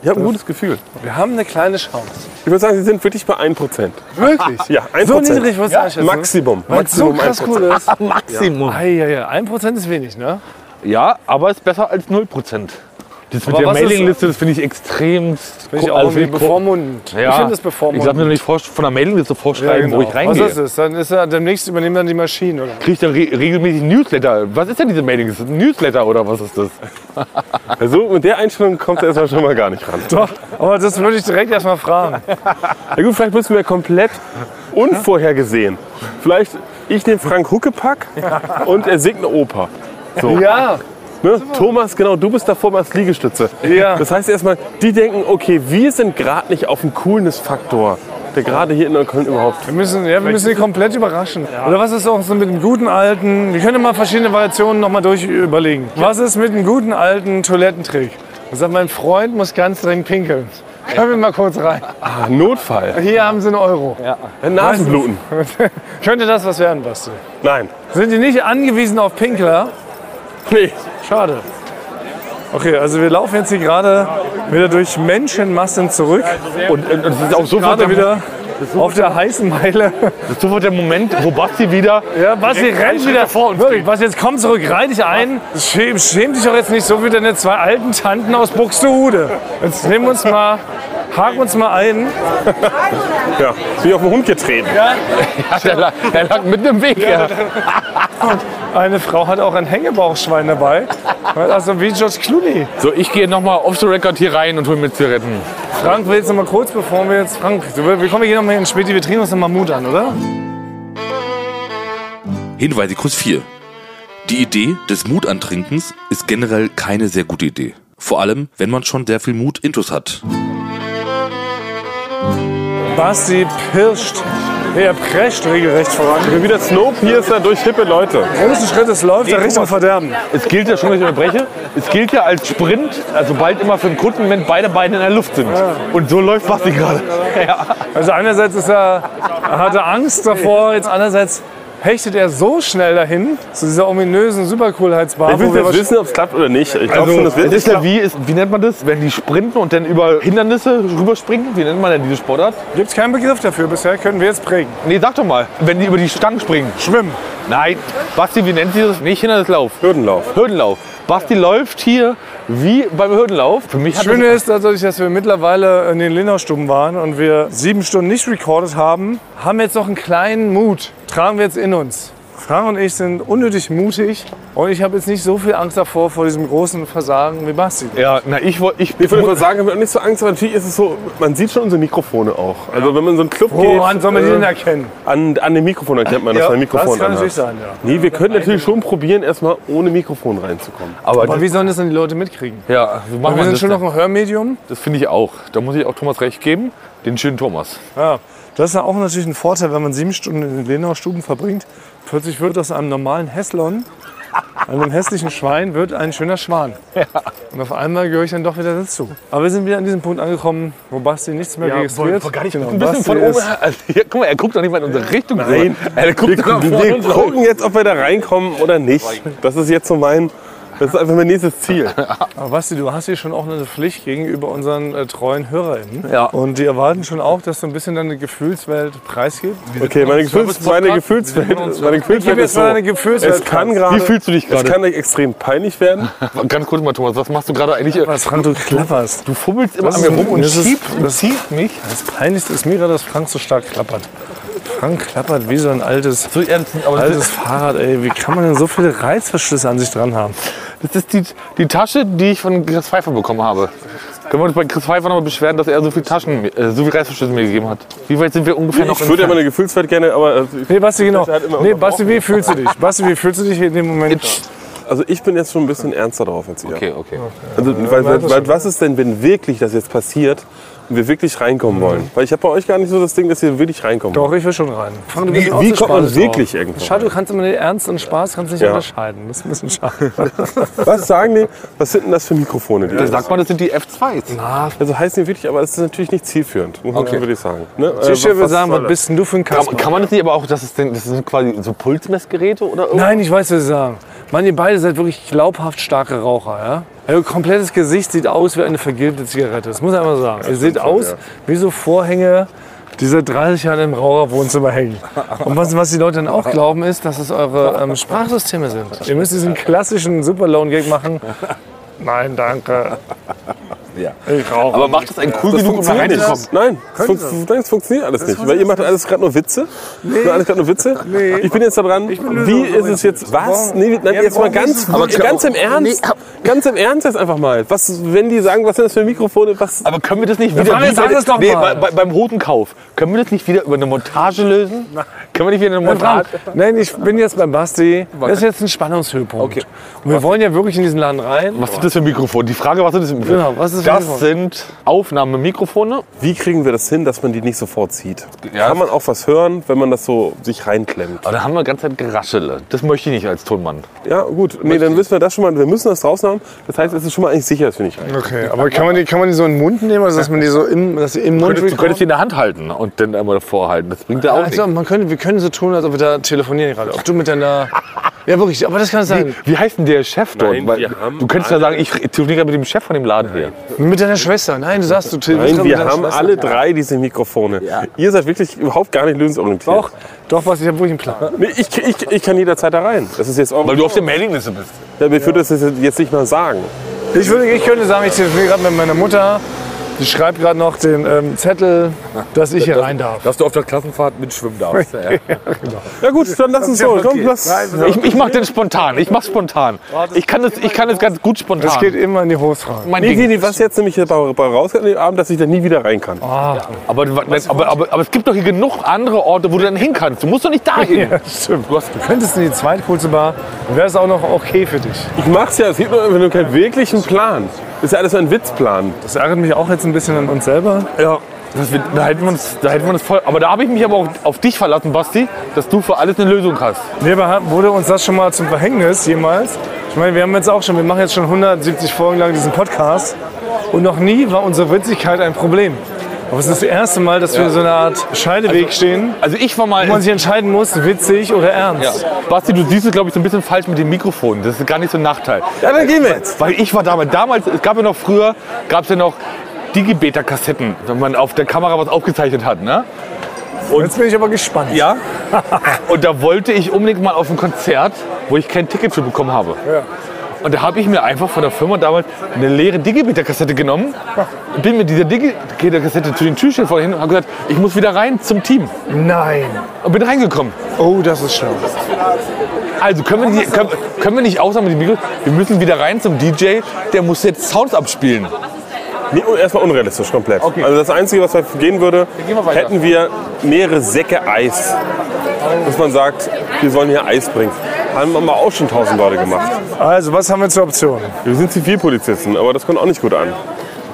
S4: Ich habe ein gutes Gefühl.
S5: Wir haben eine kleine Chance.
S4: Ich würde sagen, sie sind wirklich bei 1%.
S5: Wirklich?
S4: Ja, 1%.
S5: So niedrig, was ja,
S4: also. Maximum.
S5: Weil es so
S4: Maximum
S5: krass
S4: 1%.
S5: cool ist.
S3: Maximum.
S5: um Ei, ei, ei. 1% ist wenig, ne?
S3: Ja, aber ist besser als 0%. Das mit
S5: Aber
S3: der
S5: was ist-
S3: Mailingliste, das finde ich extrem.
S5: Bin ich auch irgendwie
S3: also finde ich ko-
S5: bevormundend.
S3: Ja.
S5: Ich finde das
S3: Ich darf mir
S5: bevormundend.
S3: doch nicht vorsch- von der Mailingliste vorschreiben,
S5: Ja, genau.
S3: wo ich reingehe.
S5: Was ist es? Dann ist er, demnächst übernehmen dann die Maschinen. Oder?
S3: Kriege ich dann re regelmäßig Newsletter? Was ist denn diese Mailingliste? Newsletter oder was ist das?
S4: Also mit der Einstellung kommt er erstmal schon mal gar nicht ran.
S5: Doch, aber das würde ich direkt erstmal fragen.
S4: Ja gut, vielleicht müssen wir komplett unvorhergesehen. Vielleicht ich nehme Frank Huckepack und er singt eine Oper. So,
S5: Ja,
S4: ne? Thomas, genau, du bist davor mal als Liegestütze.
S5: Ja.
S4: Das heißt erstmal, die denken, okay, wir sind gerade nicht auf dem Coolness-Faktor, der gerade hier in Neukölln überhaupt.
S5: wir müssen, ja, wir müssen ihn komplett überraschen. Oder was ist auch so mit dem guten alten, wir können mal verschiedene Variationen nochmal durch überlegen. Was ist mit dem guten alten Toilettentrick? Ich sag, mein Freund muss ganz dringend pinkeln. Können wir mal kurz rein.
S4: Ah, Notfall.
S5: Hier haben Sie einen Euro.
S4: Ja, Nasenbluten.
S5: Könnte das was werden, Basti?
S4: Nein.
S5: Sind die nicht angewiesen auf Pinkler?
S4: Nee.
S5: Schade. Okay, also wir laufen jetzt hier gerade wieder durch Menschenmassen zurück.
S3: Und, und, und es ist auch sofort
S5: Gerade
S3: der,
S5: wieder auf der heißen Meile.
S3: das ist sofort der Moment, wo Basti wieder.
S5: Ja, was ihr rennt wieder vor uns. Wirklich, was jetzt kommt zurück, reih dich ein. Schäm, schäm dich doch jetzt nicht so wie deine zwei alten Tanten aus Buxtehude. Jetzt nehmen wir uns mal, haken uns mal ein.
S4: Ja, bin ich auf den Hund getreten.
S3: Ja, der, lag, der lag mitten im Weg. Ja.
S5: Und eine Frau hat auch ein Hängebauchschwein dabei. Also wie George Clooney.
S3: So, ich gehe nochmal off the record hier rein und hol mir Zigaretten.
S5: Frank will jetzt noch mal kurz, bevor wir jetzt. Frank, du, wir kommen hier noch mal hin spät, wir drehen uns noch mal Mut an, oder?
S1: Hinweise Kurs 4. Die Idee des Mutantrinkens ist generell keine sehr gute Idee. Vor allem, wenn man schon sehr viel Mut intus hat.
S5: Basti pirscht. Er prescht regelrecht voran.
S4: Ich bin wieder Snowpiercer durch hippe Leute.
S5: Großen Schritt, es läuft in Richtung Verderben.
S3: Es gilt ja schon, dass ich unterbreche. Es gilt ja als Sprint, also bald immer für einen Kunden, wenn beide Beine in der Luft sind. Und so läuft Basti gerade. Ja.
S5: Also einerseits ist er, er hatte Angst davor, jetzt andererseits hechtet er so schnell dahin, zu dieser ominösen Supercoolheitsbar.
S4: Ich
S5: wo
S4: will
S5: wir
S4: jetzt
S5: wahrscheinlich-
S4: wissen, ob es klappt oder nicht. Ich glaube
S3: Also,
S4: schon,
S3: das
S4: das wird
S3: ist ja wie, ist, wie nennt man das? Wenn die sprinten und dann über Hindernisse rüberspringen? Wie nennt man denn diese Sportart?
S5: Gibt's keinen Begriff dafür, bisher können wir jetzt prägen.
S3: Nee, sag doch mal. Wenn die über die Stangen springen.
S5: Schwimmen.
S3: Nein, Basti, wie nennt sie das? Nicht Hindernislauf.
S4: Hürdenlauf.
S3: Hürdenlauf. Basti läuft hier wie beim Hürdenlauf. Für mich
S5: Das
S3: hat
S5: Schöne ist dadurch, dass wir mittlerweile in den Linaustuben waren und wir sieben Stunden nicht recorded haben, haben wir jetzt noch einen kleinen Mut. Tragen wir jetzt in uns. Frank und ich sind unnötig mutig und ich habe jetzt nicht so viel Angst davor vor diesem großen Versagen wie Basti.
S3: das, ja, na, ich wollte ich,
S4: Ich würde mal sagen, wir haben nicht so Angst, aber natürlich ist es so, man sieht schon unsere Mikrofone auch. Also wenn man in so einen Club geht,
S5: Woran soll man die
S4: äh,
S5: denn erkennen?
S4: an, an dem Mikrofon erkennt man, dass man ein Mikrofon
S5: das kann
S4: anhat.
S5: natürlich sein, ja.
S4: Nee, wir können natürlich schon probieren, erstmal ohne Mikrofon reinzukommen.
S3: aber,
S5: Aber wie sollen das denn die Leute mitkriegen?
S3: ja, so machen
S5: wir sind
S3: das
S5: schon
S3: denn?
S5: noch ein Hörmedium.
S3: Das finde ich auch. Da muss ich auch Thomas recht geben. Den schönen Thomas.
S5: Ja, Ah, das ist ja auch natürlich ein Vorteil, wenn man sieben Stunden in den Lenauer Stuben verbringt. Plötzlich wird aus einem normalen Hesslon An einem hässlichen Schwein wird ein schöner Schwan. Und auf einmal gehöre ich dann doch wieder dazu. Aber wir sind wieder an diesem Punkt angekommen, wo Basti nichts mehr registriert.
S3: gar nicht
S5: Genau,
S3: ein bisschen
S5: Basti
S3: von oben.
S5: ist-
S3: her- Also, hier, guck mal, er guckt doch nicht mal in unsere Richtung.
S4: Nein.
S3: rüber. Er guckt
S4: Wir,
S3: sogar vor
S4: wir
S3: uns raus.
S4: gucken jetzt, ob wir da reinkommen oder nicht. Das ist jetzt so mein. Das ist einfach mein nächstes Ziel.
S5: Aber Basti, du hast hier schon auch eine Pflicht gegenüber unseren äh, treuen HörerInnen.
S3: Ja.
S5: Und die erwarten schon auch, dass du ein bisschen deine Gefühlswelt preisgibst.
S4: Okay, meine, Gefühls, meine Gefühlswelt, meine Gefühlswelt ist
S5: jetzt
S4: so.
S5: mal deine Gefühlswelt
S4: Es kann
S5: preis.
S4: gerade.
S3: Wie fühlst du dich gerade?
S4: Es kann euch extrem peinlich werden.
S3: Ganz kurz mal, Thomas, was machst du gerade eigentlich?
S5: Was Frank, du klapperst.
S3: Du fummelst immer
S5: Das
S3: an mir
S5: ist-
S3: rum und
S5: das ist-
S3: schiebst und
S5: das-
S3: ziehst mich.
S5: Das Peinlichste ist mir gerade, dass Frank so stark klappert. Frank klappert wie so ein altes,
S3: So ernst, aber das
S5: altes
S3: ist,
S5: Fahrrad. Ey, wie kann man denn so viele Reißverschlüsse an sich dran haben?
S3: das ist die, die Tasche, die ich von Chris Pfeiffer bekommen habe. Können wir uns bei Chris Pfeiffer nochmal beschweren, dass er so viel Taschen, äh, so viel Reißverschlüsse mir gegeben hat? Wie weit sind wir ungefähr noch?
S4: Ich würde ja
S3: entfernt?
S4: meine Gefühlswelt gerne, aber äh,
S5: Nee, Basti, genau.
S4: hat immer
S5: Nee, Basti, wie fühlst du dich? Basti, wie fühlst du dich in dem Moment?
S4: also ich bin jetzt schon ein bisschen ernster drauf als ihr.
S3: Okay, okay.
S4: Also, weil, weil, weil, was ist denn, wenn wirklich das jetzt passiert und wir wirklich reinkommen
S3: Mhm.
S4: wollen? Weil ich habe bei euch gar nicht so das Ding, dass ihr wirklich reinkommen
S5: Doch, ich will schon rein. Frank, du
S4: Wie-
S5: bist auch
S4: wie
S5: so
S4: kommt man
S5: spanisch drauf.
S4: wirklich irgendwo
S5: Schade, du kannst immer den Ernst und Spaß kannst nicht
S4: Ja.
S5: unterscheiden. Das ist ein bisschen schade.
S4: wollt. Was sagen die? Was sind denn das für Mikrofone? Die das
S3: Sagt man, das sind die F2s.
S5: Ah,
S4: also heißen die wirklich, aber das ist natürlich nicht zielführend, muss man
S3: Okay.
S4: würde ich sagen. Ne? Äh,
S5: Ich würde sagen,
S4: soll
S5: was bist denn du für ein
S3: Kann,
S5: Kasper?
S3: kann man das nicht aber auch, das, ist denn, das sind quasi so Pulsmessgeräte oder irgendwas?
S5: Nein, ich weiß, was Sie sagen. Mann, ihr beide seid wirklich glaubhaft starke Raucher, ja? Euer komplettes Gesicht sieht aus wie eine vergilbte Zigarette. Das muss ich einmal sagen. ihr seht aus wie so Vorhänge, die seit 30 Jahren im Raucherwohnzimmer hängen. Und was, was die Leute dann auch glauben, ist, dass es eure ähm, Sprachsysteme sind. Ihr müsst diesen klassischen Superlone-Gag machen. Nein, danke. Ich rauche.
S3: Aber macht das einen cool
S4: Das
S3: genug, um da
S4: funktioniert nicht.
S3: reinzukommen?
S4: Nein, das fun nein, das funktioniert alles nicht. Weil ihr macht alles gerade nur Witze. Nee. Alles gerade nur Witze. Ich bin jetzt da dran. Wie ist es jetzt? Was? Nee, nein, jetzt mal ganz, ganz im Ernst. Ganz im Ernst jetzt einfach mal. Was, wenn die sagen, was sind das für Mikrofone? Was?
S3: Aber können wir das nicht wieder...
S5: Frank, jetzt sag
S3: bei-
S5: es doch
S3: nee,
S5: mal.
S3: Bei, bei, beim Hosenkauf. Können wir das nicht wieder über eine Montage lösen? Können wir nicht wieder eine
S5: Frank,
S3: Montage...
S5: nein, ich bin jetzt beim Basti. Das ist jetzt ein Spannungshöhepunkt.
S3: Okay.
S5: Und wir wollen ja wirklich in diesen Laden rein.
S3: Was sind das für Mikrofone? Die Frage, was sind das für Mikrofone?
S5: Genau, was ist das
S3: das sind Aufnahmemikrofone.
S4: Wie kriegen wir das hin, dass man die nicht sofort sieht?
S3: Ja.
S4: Kann man auch was hören, wenn man das so sich reinklemmt?
S3: Aber da haben wir die ganze Zeit Geraschele. Das möchte ich nicht als Tonmann.
S4: Ja, gut. Nee, dann wissen wir das schon mal. Wir müssen das draußen haben. Das heißt, es ist schon mal eigentlich sicher, dass wir nicht rein.
S5: Okay, aber kann man, die, kann man die so in den Mund nehmen, also dass man die so im, dass die im
S3: Du
S5: Mund
S3: könntest, du könntest die in der Hand halten und dann einmal davor halten. Das bringt ja auch
S5: also,
S3: nichts.
S5: man könnte, Wir können so tun, als ob wir da telefonieren gerade. Ob du mit deiner... Ja, wirklich, aber das kann sein.
S3: Wie heißt denn der Chef dort?
S4: Nein,
S3: Weil
S4: wir haben
S3: du könntest ja sagen, ich telefoniere mit dem Chef von dem Laden hier.
S5: Mit deiner Schwester. Nein, du sagst, du telefonierst
S4: Nein,
S5: mit
S4: wir
S5: deiner
S4: haben
S5: Schwester.
S4: alle drei diese Mikrofone. Ihr seid wirklich überhaupt gar nicht lösungsorientiert.
S5: Doch, doch, was, ich habe wirklich einen Plan.
S4: Nee, ich, ich, ich kann jederzeit da rein. Das ist jetzt auch.
S3: Weil du auf der Mailingliste bist.
S4: Damit würde das jetzt nicht mal sagen.
S5: Ich, würde, ich könnte sagen, ich telefoniere gerade mit meiner Mutter. Die schreibt gerade noch den ähm, Zettel, dass ich hier rein darf.
S3: Dass du auf der Klassenfahrt mitschwimmen darfst.
S4: Ja gut, dann lass uns so. Komm, lass.
S3: Ich, ich mach den spontan. Ich mach's spontan. Ich kann das, ich kann das ganz gut spontan.
S5: Das geht immer in die Hosfragen.
S3: mein
S4: Nee, nee,
S3: Ding.
S4: nee, was jetzt nämlich hier bei, bei rausgeht an dem Abend, dass ich da nie wieder rein kann.
S3: Ah. Aber, aber, aber, aber es gibt doch hier genug andere Orte, wo du dann hin kannst. Du musst doch nicht da hin.
S5: Ja, stimmt. Du, hast, du könntest in die zweitcoolste Bar, dann wäre es auch noch okay für dich.
S4: Ich mach's ja, es gibt nur einfach nur keinen wirklichen Plan. Ist ja alles nur ein Witzplan.
S5: Das ärgert mich auch jetzt ein bisschen an uns selber.
S3: Ja, das wird, da hätten wir uns, da hätten wir uns voll. Aber da habe ich mich aber auch auf dich verlassen, Basti, dass du für alles eine Lösung hast.
S5: Nee, aber hat- wurde uns das schon mal zum Verhängnis jemals? Ich meine, wir haben jetzt auch schon, wir machen jetzt schon 170 Folgen lang diesen Podcast und noch nie war unsere Witzigkeit ein Problem. Aber es ist das erste Mal, dass wir in so einer Art Scheideweg stehen,
S3: Also ich war mal.
S5: wo man sich entscheiden muss, witzig oder
S3: ja.
S5: ernst.
S3: Basti, du siehst es, glaube ich, so ein bisschen falsch mit dem Mikrofon. Das ist gar nicht so ein Nachteil.
S4: Ja, dann gehen wir jetzt.
S3: Weil ich war damals, damals, es gab ja noch früher, gab es ja noch Digibeta-Kassetten, wenn man auf der Kamera was aufgezeichnet hat, ne?
S5: Und jetzt bin ich aber gespannt.
S3: Ja. Und da wollte ich unbedingt mal auf ein Konzert, wo ich kein Ticket für bekommen habe. Und da habe ich mir einfach von der Firma damals eine leere Digimeter-Kassette genommen, bin mit dieser Digimeter-Kassette zu den Türchen vorhin und habe gesagt, ich muss wieder rein zum Team.
S5: Nein.
S3: Und bin reingekommen.
S5: Oh, das ist schlimm.
S3: Also können wir, nicht, können, können wir nicht aussagen mit dem Mikro, wir müssen wieder rein zum DJ, der muss jetzt Sounds abspielen.
S4: Nee, oh, erstmal unrealistisch komplett.
S3: Okay.
S4: Also das Einzige, was gehen würde,
S3: gehen wir weiter.
S4: hätten wir mehrere Säcke Eis. Dass man sagt, wir sollen hier Eis bringen. Haben wir auch schon tausend Leute gemacht.
S5: Also, Genau. was haben wir zur Option?
S4: Wir sind Zivilpolizisten, aber das kommt auch nicht gut an.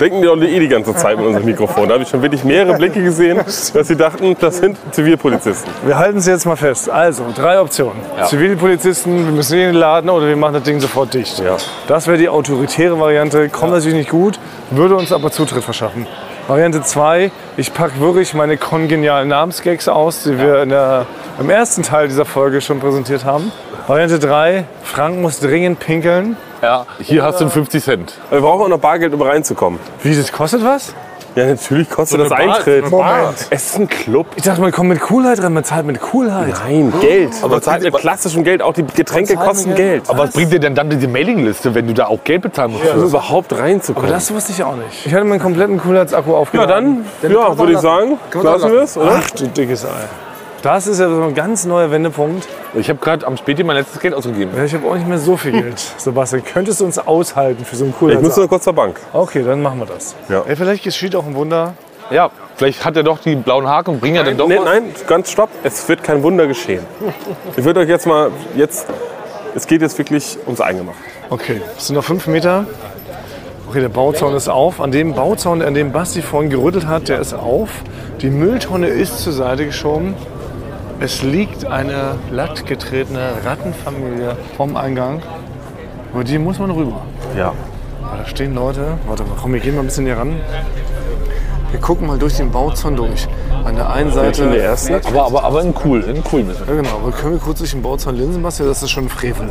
S4: denken die Leute eh die ganze Zeit mit unserem Mikrofon. Da habe ich schon wirklich mehrere Blicke gesehen, dass sie dachten, das sind Zivilpolizisten.
S5: Wir halten es jetzt mal fest. Also, drei Optionen. Zivilpolizisten, wir müssen ihn laden oder wir machen das Ding sofort dicht. Das wäre die autoritäre Variante. Kommt natürlich nicht gut, würde uns aber Zutritt verschaffen. Variante 2, ich packe wirklich meine kongenialen Namensgags aus, die wir in der, im ersten Teil dieser Folge schon präsentiert haben. Variante 3, Frank muss dringend pinkeln.
S6: Ja, hier hast du einen 50 Cent.
S4: Wir brauchen auch noch Bargeld, um reinzukommen.
S5: Wie, das kostet was?
S4: Ja, natürlich kostet das
S6: eine Bar-
S4: Eintritt.
S6: so eine Bar.
S4: Es ist ein Club.
S5: Ich dachte, man kommt mit Coolheit rein, man zahlt mit Coolheit.
S4: Nein, Geld. Aber zahlt mit klassischem Geld. Auch die Getränke kosten Geld.
S6: Aber was bringt dir denn dann diese Mailingliste, wenn du da auch Geld bezahlen musst?
S4: um überhaupt reinzukommen.
S5: Das wusste ich auch nicht. Ich hatte meinen kompletten Coolheitsakku
S4: ja,
S5: aufgeladen.
S4: dann, ja, würde ich sagen, lassen wir es, oder?
S5: Ach, du dickes Ei. Das ist ja so ein ganz neuer Wendepunkt.
S6: Ich habe gerade am Späti mein letztes Geld ausgegeben.
S5: Ja, ich habe auch nicht mehr so viel Geld. Sebastian, könntest du uns aushalten für so einen
S4: Ich
S5: coolen
S4: muss nur kurz zur Bank.
S5: Okay, dann machen wir das.
S4: Ja.
S5: Ey, vielleicht geschieht auch ein Wunder.
S6: Ja, vielleicht hat er doch die blauen Haken und bringt er dann doch
S4: Nee,
S6: was.
S4: nein, ganz stopp. Es wird kein Wunder geschehen. Ich würde euch jetzt mal, jetzt, es geht jetzt wirklich ums Eingemachte.
S5: Okay, es sind noch fünf Meter. Okay, der Bauzaun ist auf. An dem Bauzaun, an dem Basti vorhin gerüttelt hat, der ist auf. Die Mülltonne ist zur Seite geschoben. Es liegt eine glattgetretene Rattenfamilie vom Eingang. Über die muss man rüber.
S4: Ja.
S5: Aber da stehen Leute. Warte mal, komm, wir gehen mal ein bisschen hier ran. Wir gucken mal durch den Bauzaun durch. An der einen Seite.
S4: Der erste.
S6: Aber, aber, aber in cool, in cool müssen.
S5: Ja, genau. Aber können wir kurz durch den Bauzaun linsen, Basti? Das ist schon ein Frevel.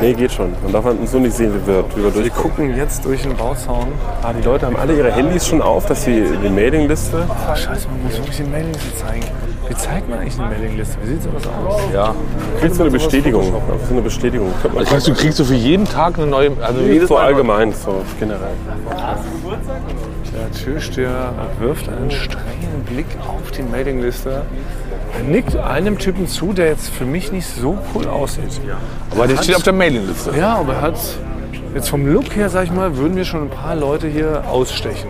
S4: Nee, geht schon. Man darf uns so nicht sehen, wie wir, wie wir
S5: Wir
S4: durch.
S5: gucken jetzt durch den Bauzaun.
S4: Ah, die Leute haben alle ihre Handys schon auf, dass sie die Mailingliste.
S5: Ach, scheiße, man muss wirklich eine Mailingliste zeigen. Wie zeigt man eigentlich eine Mailingliste? Wie sieht sowas aus?
S6: Ja.
S4: Kriegst du eine Bestätigung? So eine Bestätigung. Könnte man-
S6: Kriegst du, kriegst du für jeden Tag eine neue. Also jedes
S4: So
S6: Mal
S4: allgemein, so generell.
S5: Der Türsteher wirft einen strengen Blick auf die Mailingliste. Er nickt einem Typen zu, der jetzt für mich nicht so cool aussieht.
S6: Aber der steht auf der Mailingliste.
S5: Ja, aber er hat jetzt vom Look her, sag ich mal, würden wir schon ein paar Leute hier ausstechen.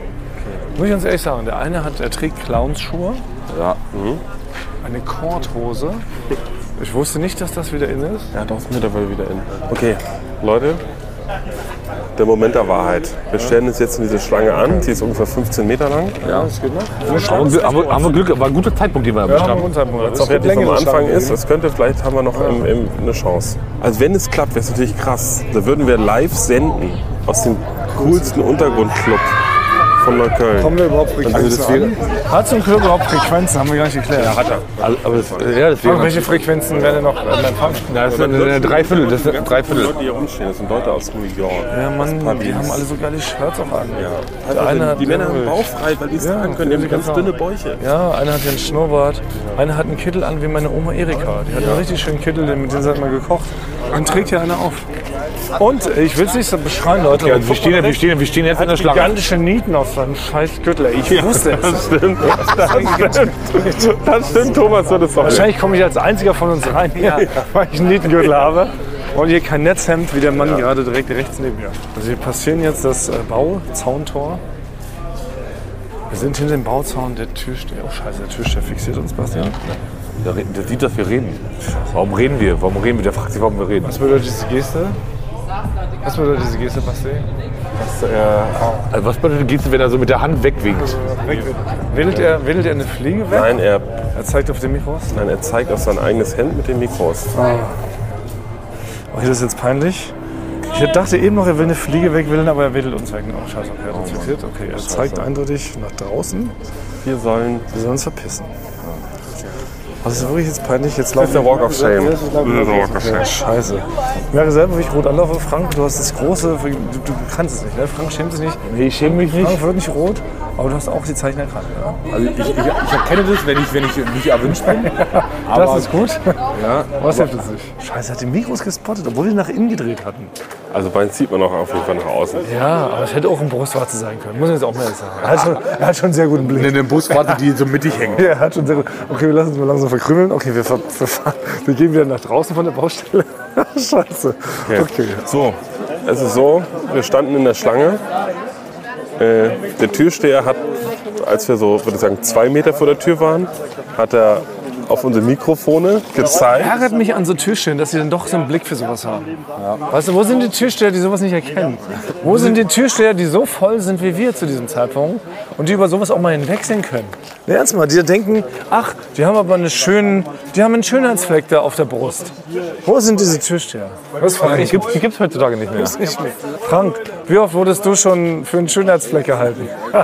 S5: Muss ich ganz ehrlich sagen, der eine hat, er trägt Clownsschuhe.
S1: Ja.
S5: mhm. Eine Korthose. Ich wusste nicht, dass das wieder in ist.
S4: Ja, das ist mittlerweile wieder in. Okay, Leute, der Moment der Wahrheit. Wir stellen uns jetzt in diese Schlange an, die ist ungefähr 15 Meter lang.
S5: Ja, das geht noch.
S6: Haben wir, haben wir- haben wir Glück, war ein guter Zeitpunkt, den wir erwischt haben.
S5: Das
S4: Auch relativ am Anfang ist, es könnte, vielleicht haben wir noch ähm, ähm, eine Chance. Also wenn es klappt, wäre es natürlich krass. Da würden wir live senden aus dem coolsten Untergrundclub von Neukölln.
S5: Haben wir überhaupt Frequenzen?
S4: Also das wäre-
S5: an? Hat zum Club überhaupt Frequenzen? Haben wir gar nicht geklärt. Ja, hat er.
S6: Also, aber das, ja, das wäre.
S5: halt- welche Frequenzen werden denn noch äh, in Empfang?
S6: Das ist eine,
S4: äh,
S6: eine Dreiviertel, das ist eine
S4: Die
S6: Dreiviertel.
S4: Leute, die hier rumstehen, das sind Leute aus New York.
S5: Ja, Mann,
S4: Paris.
S5: die haben alle so geile Shirts auch an.
S4: Ja.
S5: Der eine genau.
S4: Also,
S5: hat
S4: die Männer haben
S5: Bauch.
S4: bauchfrei, weil die es tragen können. Die haben ganz dünne Bäuche.
S5: Ja, einer hat hier einen Schnurrbart, einer hat einen Kittel an wie meine Oma Erika. Die hat einen richtig schönen Kittel, den- mit dem sie hat mal gekocht. Und trägt hier einer auf. Und äh, ich will es nicht so beschreiben, Leute, ne?
S6: Ja, wir, stehen, ja- wir, stehen, wir stehen jetzt in der Schlange.
S5: gigantische Nieten auf seinem scheiß Gürtel. ey. Ich wusste es.
S4: Stimmt. Das stimmt. Das stimmt, Thomas, so das war.
S5: Wahrscheinlich komme ich als einziger von uns rein hier, weil ich einen Nietengürtel habe. Und hier kein Netzhemd, wie der Mann gerade direkt rechts neben mir. Also wir passieren jetzt das äh, Bauzauntor. Wir sind hinter dem Bauzaun, der Türsteher. Oh scheiße, der Türsteher fixiert uns, Bastian.
S6: Der, re- der sieht, dass wir reden. Warum reden wir? Warum reden wir? Der fragt sich, warum wir reden.
S5: Was bedeutet diese Geste? Was bedeutet diese Geste, Basti?
S6: Also, was bedeutet geht's, wenn er so mit der Hand wegwinkt?
S5: Wedelt er, wedelt er eine Fliege weg?
S4: Nein, er,
S5: Er zeigt auf den Mikros.
S4: nein, er zeigt auf sein eigenes Hemd mit dem Mikros.
S5: Oh, das ist jetzt peinlich. Ich dachte eben noch, er will eine Fliege wegwillen, aber er wedelt uns weg. Oh, scheiße, okay, er hat uns fixiert. Okay, er zeigt eindeutig nach draußen.
S4: Hier sollen.
S5: Wir sollen uns verpissen. Das ist wirklich jetzt peinlich. Jetzt
S4: Das ist der Walk of Shame. Das ist der Walk of Shame.
S5: Scheiße. Ich merke selber, wie ich rot anlaufe. Frank, du hast das große. Du, du kannst es nicht, ne? Frank schämt sich nicht.
S6: Nee, ich schäme mich nicht.
S5: Frank wird nicht rot, aber du hast auch die Zeichen erkannt. ne? Ja?
S6: Also, ich, ich, ich erkenne das, wenn ich, wenn ich nicht erwünscht bin.
S5: Das ist gut. Ja. Was hilft es nicht? Scheiße, er hat die Mikros gespottet, obwohl wir nach innen gedreht hatten.
S4: Also Bein zieht man auch auf jeden Fall nach außen.
S5: Ja, aber es hätte auch ein Brustwarze sein können. Muss ich jetzt auch mal ehrlich sagen. Er hat schon, er hat schon einen sehr guten Blick.
S6: In den Buswarte, die so mittig hängen.
S5: Ja, er hat schon sehr gut. Okay, wir lassen uns mal langsam verkrümeln. Okay, wir, ver wir, fahren- wir gehen wieder nach draußen von der Baustelle. Scheiße. Okay.
S4: So, es ist so, wir standen in der Schlange. Äh, der Türsteher hat, als wir so, würde ich sagen, zwei Meter vor der Tür waren, hat er auf unsere Mikrofone gezeigt.
S7: Ärgert mich an so Türstellen, dass sie dann doch so einen Blick für sowas haben. Weißt du, wo sind die Türsteher, die sowas nicht erkennen? Wo sind die Türsteher, die so voll sind wie wir zu diesem Zeitpunkt und die über sowas auch mal hinwegsehen können? Ja, Ernst mal, die denken, ach, die haben aber einen schönen, die haben einen Schönheitsfleck da auf der Brust. Wo sind diese Türsteher? Was frage ich?
S3: Die gibt es heutzutage nicht mehr.
S7: Nicht mehr. Frank, wie oft wurdest du schon für einen Schönheitsfleck gehalten?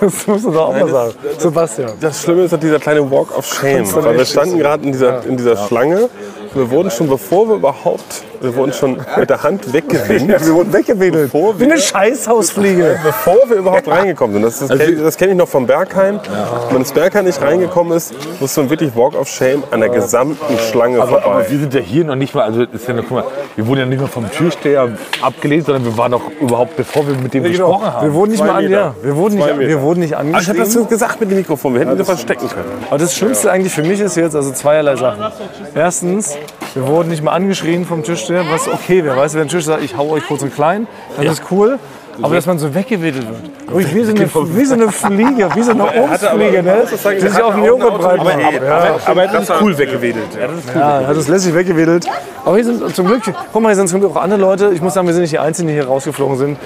S7: das musst du doch auch mal sagen. Sebastian.
S4: Das Schlimme ist halt dieser kleine Walk of Shame.
S7: Kannst du
S4: Weil wir
S7: nicht
S4: standen
S7: wissen.
S4: gerade in dieser, in dieser Schlange. Wir wurden schon, bevor wir überhaupt, wir wurden schon mit der Hand weggewinkt.
S7: Wir wurden weggewedelt.
S4: Bevor
S7: Wie
S4: wir-
S7: eine Scheißhausfliege.
S4: Bevor wir überhaupt reingekommen sind, das, ist- kenn- das kenne Also ich noch vom Bergheim. Wenn man ins Bergheim nicht reingekommen ist, muss man wirklich Walk of Shame an der gesamten Schlange
S3: Aber, aber
S4: vorbei.
S3: wir sind ja hier noch nicht mal, also ist ja noch, guck mal, wir wurden ja nicht mal vom Türsteher abgelehnt, sondern wir waren noch überhaupt, bevor wir mit dem
S5: genau.
S3: gesprochen haben.
S7: Wir wurden nicht
S4: Zwei
S7: mal an,
S4: Meter.
S7: ja, wir wurden nicht,
S4: Zwei Meter.
S7: wir wurden nicht
S4: Ah, Ich habe das
S7: angeschrieben.
S4: so gesagt mit dem Mikrofon, wir hätten sie verstecken können.
S7: Aber das Schlimmste eigentlich für mich ist jetzt also zweierlei Sachen. Erstens, wir wurden nicht mal angeschrien vom Tischsteher, was okay wäre. Weißt du, wenn der Tisch sagt, ich hau euch kurz und klein, das ist cool. Aber dass man so weggewedelt wird. Ruhig, Wie so eine, wie so eine Fliege, wie so eine Obstfliege, ne? die sich auf den Joghurt breit macht. Ja.
S4: Aber er hat uns cool weggewedelt.
S7: Ja, er hat uns lässig weggewedelt. Aber hier sind zum Glück, guck mal, hier sind zum Glück auch andere Leute. Ich muss sagen, wir sind nicht die Einzigen, die hier rausgeflogen sind.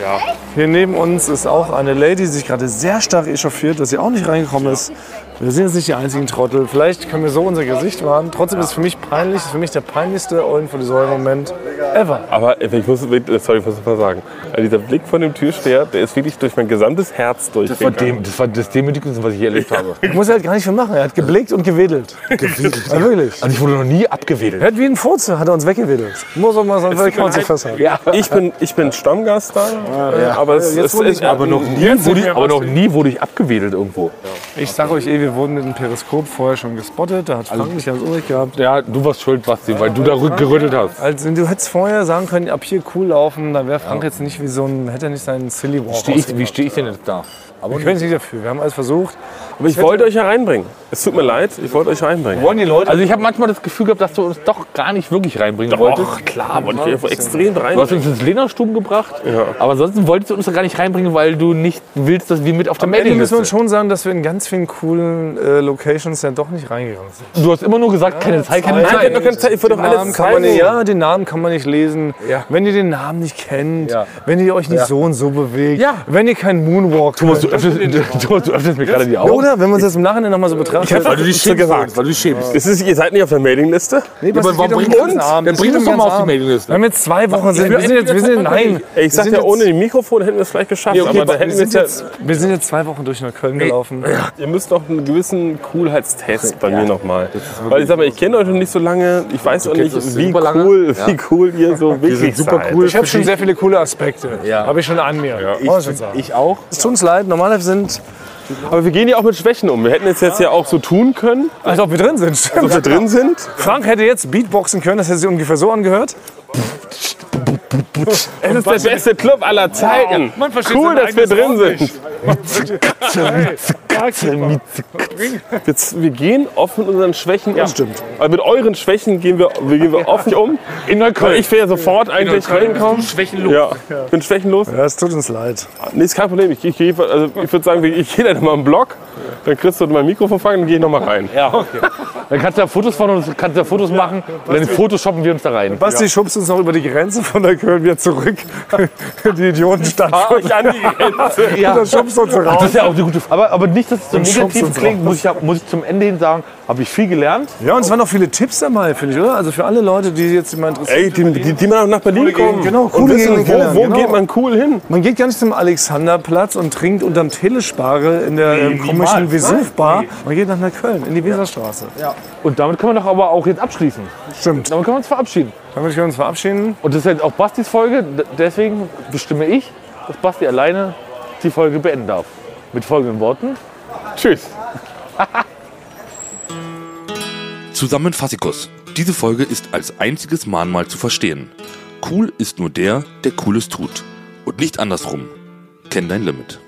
S7: Hier neben uns ist auch eine Lady, die sich gerade sehr stark echauffiert, dass sie auch nicht reingekommen ist. Wir sind jetzt nicht die einzigen Trottel. Vielleicht können wir so unser Gesicht wahren. Trotzdem ist es für mich peinlich, ist für mich der peinlichste Eulen vor die Säule Moment ever.
S4: Aber äh, ich muss, sorry, ich muss das mal sagen. Also dieser Blick von dem Türsteher, der ist wirklich durch mein gesamtes Herz
S3: das war,
S4: durchgegangen.
S3: dem, das war das Demütigendste, was ich je erlebt habe.
S7: Ich muss halt gar nicht viel machen. Er hat geblickt und gewedelt. Gewedelt? Ja, wirklich.
S3: Also ich wurde noch nie abgewedelt.
S7: Er hat wie ein Furze, hat er uns weggewedelt. Muss auch mal so ein Weltkampf zu festhalten. Ja.
S4: Ich bin, ich bin Stammgast da, aber es,
S7: Jetzt
S4: es
S7: wurde
S4: ist
S7: ich-
S4: aber noch nie.
S3: Wurde ich, aber noch nie wurde ich abgewedelt irgendwo.
S7: Ich sag euch eh, wir wurden mit dem Periskop vorher schon gespottet. Da hat Frank mich ganz unrecht gehabt.
S3: Ja, du warst schuld, Basti, weil du da rück- gerüttelt hast.
S7: Also du hättest vorher sagen können, ab hier cool laufen, dann wäre Frank jetzt nicht wie so ein, hätte er nicht seinen Silly Walk.
S3: Steh ich, wie stehe ich denn jetzt da?
S7: Aber wir können es nicht dafür, wir haben alles versucht.
S4: Aber ich wollte euch ja reinbringen. Es tut mir leid, ich wollte euch reinbringen.
S3: Wollen die Leute? Also ich habe manchmal das Gefühl gehabt, dass du uns doch gar nicht wirklich reinbringen wolltest.
S4: klar, wollte ich euch extrem
S3: Du hast
S4: reinbringen.
S3: uns ins Lehnerstuben gebracht, aber ansonsten wolltest du uns doch gar nicht reinbringen, weil du nicht willst, dass wir mit auf der
S7: Am Ende
S3: Mailing
S7: müssen wir uns
S3: sind.
S7: schon sagen, dass wir in ganz vielen coolen äh, Locations ja doch nicht reingegangen sind.
S3: Du hast immer nur gesagt, keine Zeit, keine
S7: Nein,
S3: Zeit.
S7: wir
S4: keine Zeit, ich wollte doch
S7: Den Namen
S4: alles
S7: kann man
S4: zeigen.
S7: nicht, ja, den Namen kann man nicht lesen. Wenn ihr den Namen nicht kennt,
S3: Ja.
S7: wenn ihr euch nicht so und so bewegt,
S3: Ja.
S7: wenn ihr keinen Moonwalk
S3: Thomas, du
S7: könnt.
S3: öffnest, Thomas, du öffnest mir gerade die Augen.
S7: Oder wenn man es jetzt im Nachhinein nochmal so betrachtet.
S4: weil du dich schämst,
S3: weil du dich schämst.
S4: Es ist, ihr seid nicht auf der Mailingliste?
S7: Nee,
S3: aber warum bringt uns? Dann bringt
S7: um
S3: uns doch mal auf die ne? Mailingliste.
S7: Wir haben jetzt zwei Wochen, sind, wir sind jetzt, wir sind, nein.
S4: Ey, ich
S7: wir
S4: sag
S7: sind
S4: ja,
S7: jetzt-
S4: ohne die Mikrofone hätten wir es vielleicht geschafft. aber da
S7: wir,
S4: hätten wir
S7: sind
S4: jetzt ja,
S7: jetzt, wir sind jetzt zwei Wochen durch Neukölln gelaufen.
S4: ihr müsst doch einen gewissen Coolheitstest bei mir nochmal. Weil ich sag mal, ich kenne euch noch nicht so lange. Ich weiß auch
S3: kennst
S4: nicht,
S3: uns
S4: wie
S3: super lange.
S4: cool, wie cool ihr so wirklich seid.
S7: Ich habe schon sehr viele coole Aspekte. Habe ich schon an mir. Muss Ich, schon sagen.
S3: Ich auch.
S7: es tut uns leid, normalerweise sind,
S4: Aber wir gehen ja auch mit Schwächen um. Wir hätten jetzt, jetzt ja auch so tun können,
S7: als ob wir drin sind. Stimmt.
S3: Also-
S4: dass wir drin sind.
S7: Frank hätte jetzt Beatboxen können, das hätte sich ungefähr so angehört.
S4: Es ist der beste Club aller Zeiten.
S7: Man versteht
S4: Cool,
S7: sein
S4: dass wir
S7: eigenes
S4: drin
S7: Wort
S4: sind. Wir, wir gehen offen mit unseren Schwächen um. Stimmt. Aber mit euren Schwächen gehen wir, wir gehen wir offen um. In Neukölln. Ich will ja sofort eigentlich reinkommen. Schwächenlos. Ja, ich bin schwächenlos.
S7: Ja, es tut uns leid.
S4: Nee, ist kein Problem. Ich, ich, geh- also ich würde sagen, ich gehe dann mal im Blog. Dann kriegst du mein Mikrofon fangen, dann gehe ich nochmal rein.
S3: Dann kannst du ja Fotos von uns, kannst du ja Fotos machen und dann photoshoppen wir uns da rein.
S7: Basti schubst uns noch über die Grenze von Neukölln wieder zurück in die Idiotenstadt.
S4: Ich an die Grenze.
S7: Und dann schubst du uns
S3: Das
S7: raus.
S3: ist ja auch eine gute Frage. Aber, aber nicht, dass es so
S7: Und schubst
S3: negativ
S7: uns
S3: klingt, muss ich, ja- muss ich zum Ende hin sagen, habe ich viel gelernt.
S7: Ja, und es waren noch viele Tipps dabei, finde ich, oder? Also für alle Leute, die jetzt mal interessieren.
S4: Ey, die, die, die mal nach Berlin kommen.
S7: Gegend, genau,
S4: und
S7: coole
S4: wissen,
S7: Gegend
S4: wo, wo
S7: kennenlernen,
S4: geht man cool hin?
S7: Man geht gar nicht zum Alexanderplatz und trinkt unterm Telespare in der ähm, komischen Vesuv-Bar. Man geht nach Neukölln, in die Weserstraße.
S3: Und damit können wir doch aber auch jetzt abschließen.
S7: Stimmt.
S3: Damit können wir uns verabschieden.
S7: Damit können wir uns verabschieden.
S3: Und das ist jetzt auch Bastis Folge. D- Deswegen bestimme ich, dass Basti alleine die Folge beenden darf. Mit folgenden Worten. Tschüss.
S1: Zusammen Fassikus. Diese Folge ist als einziges Mahnmal zu verstehen. Cool ist nur der, der Cooles tut. Und nicht andersrum. Kenn dein Limit.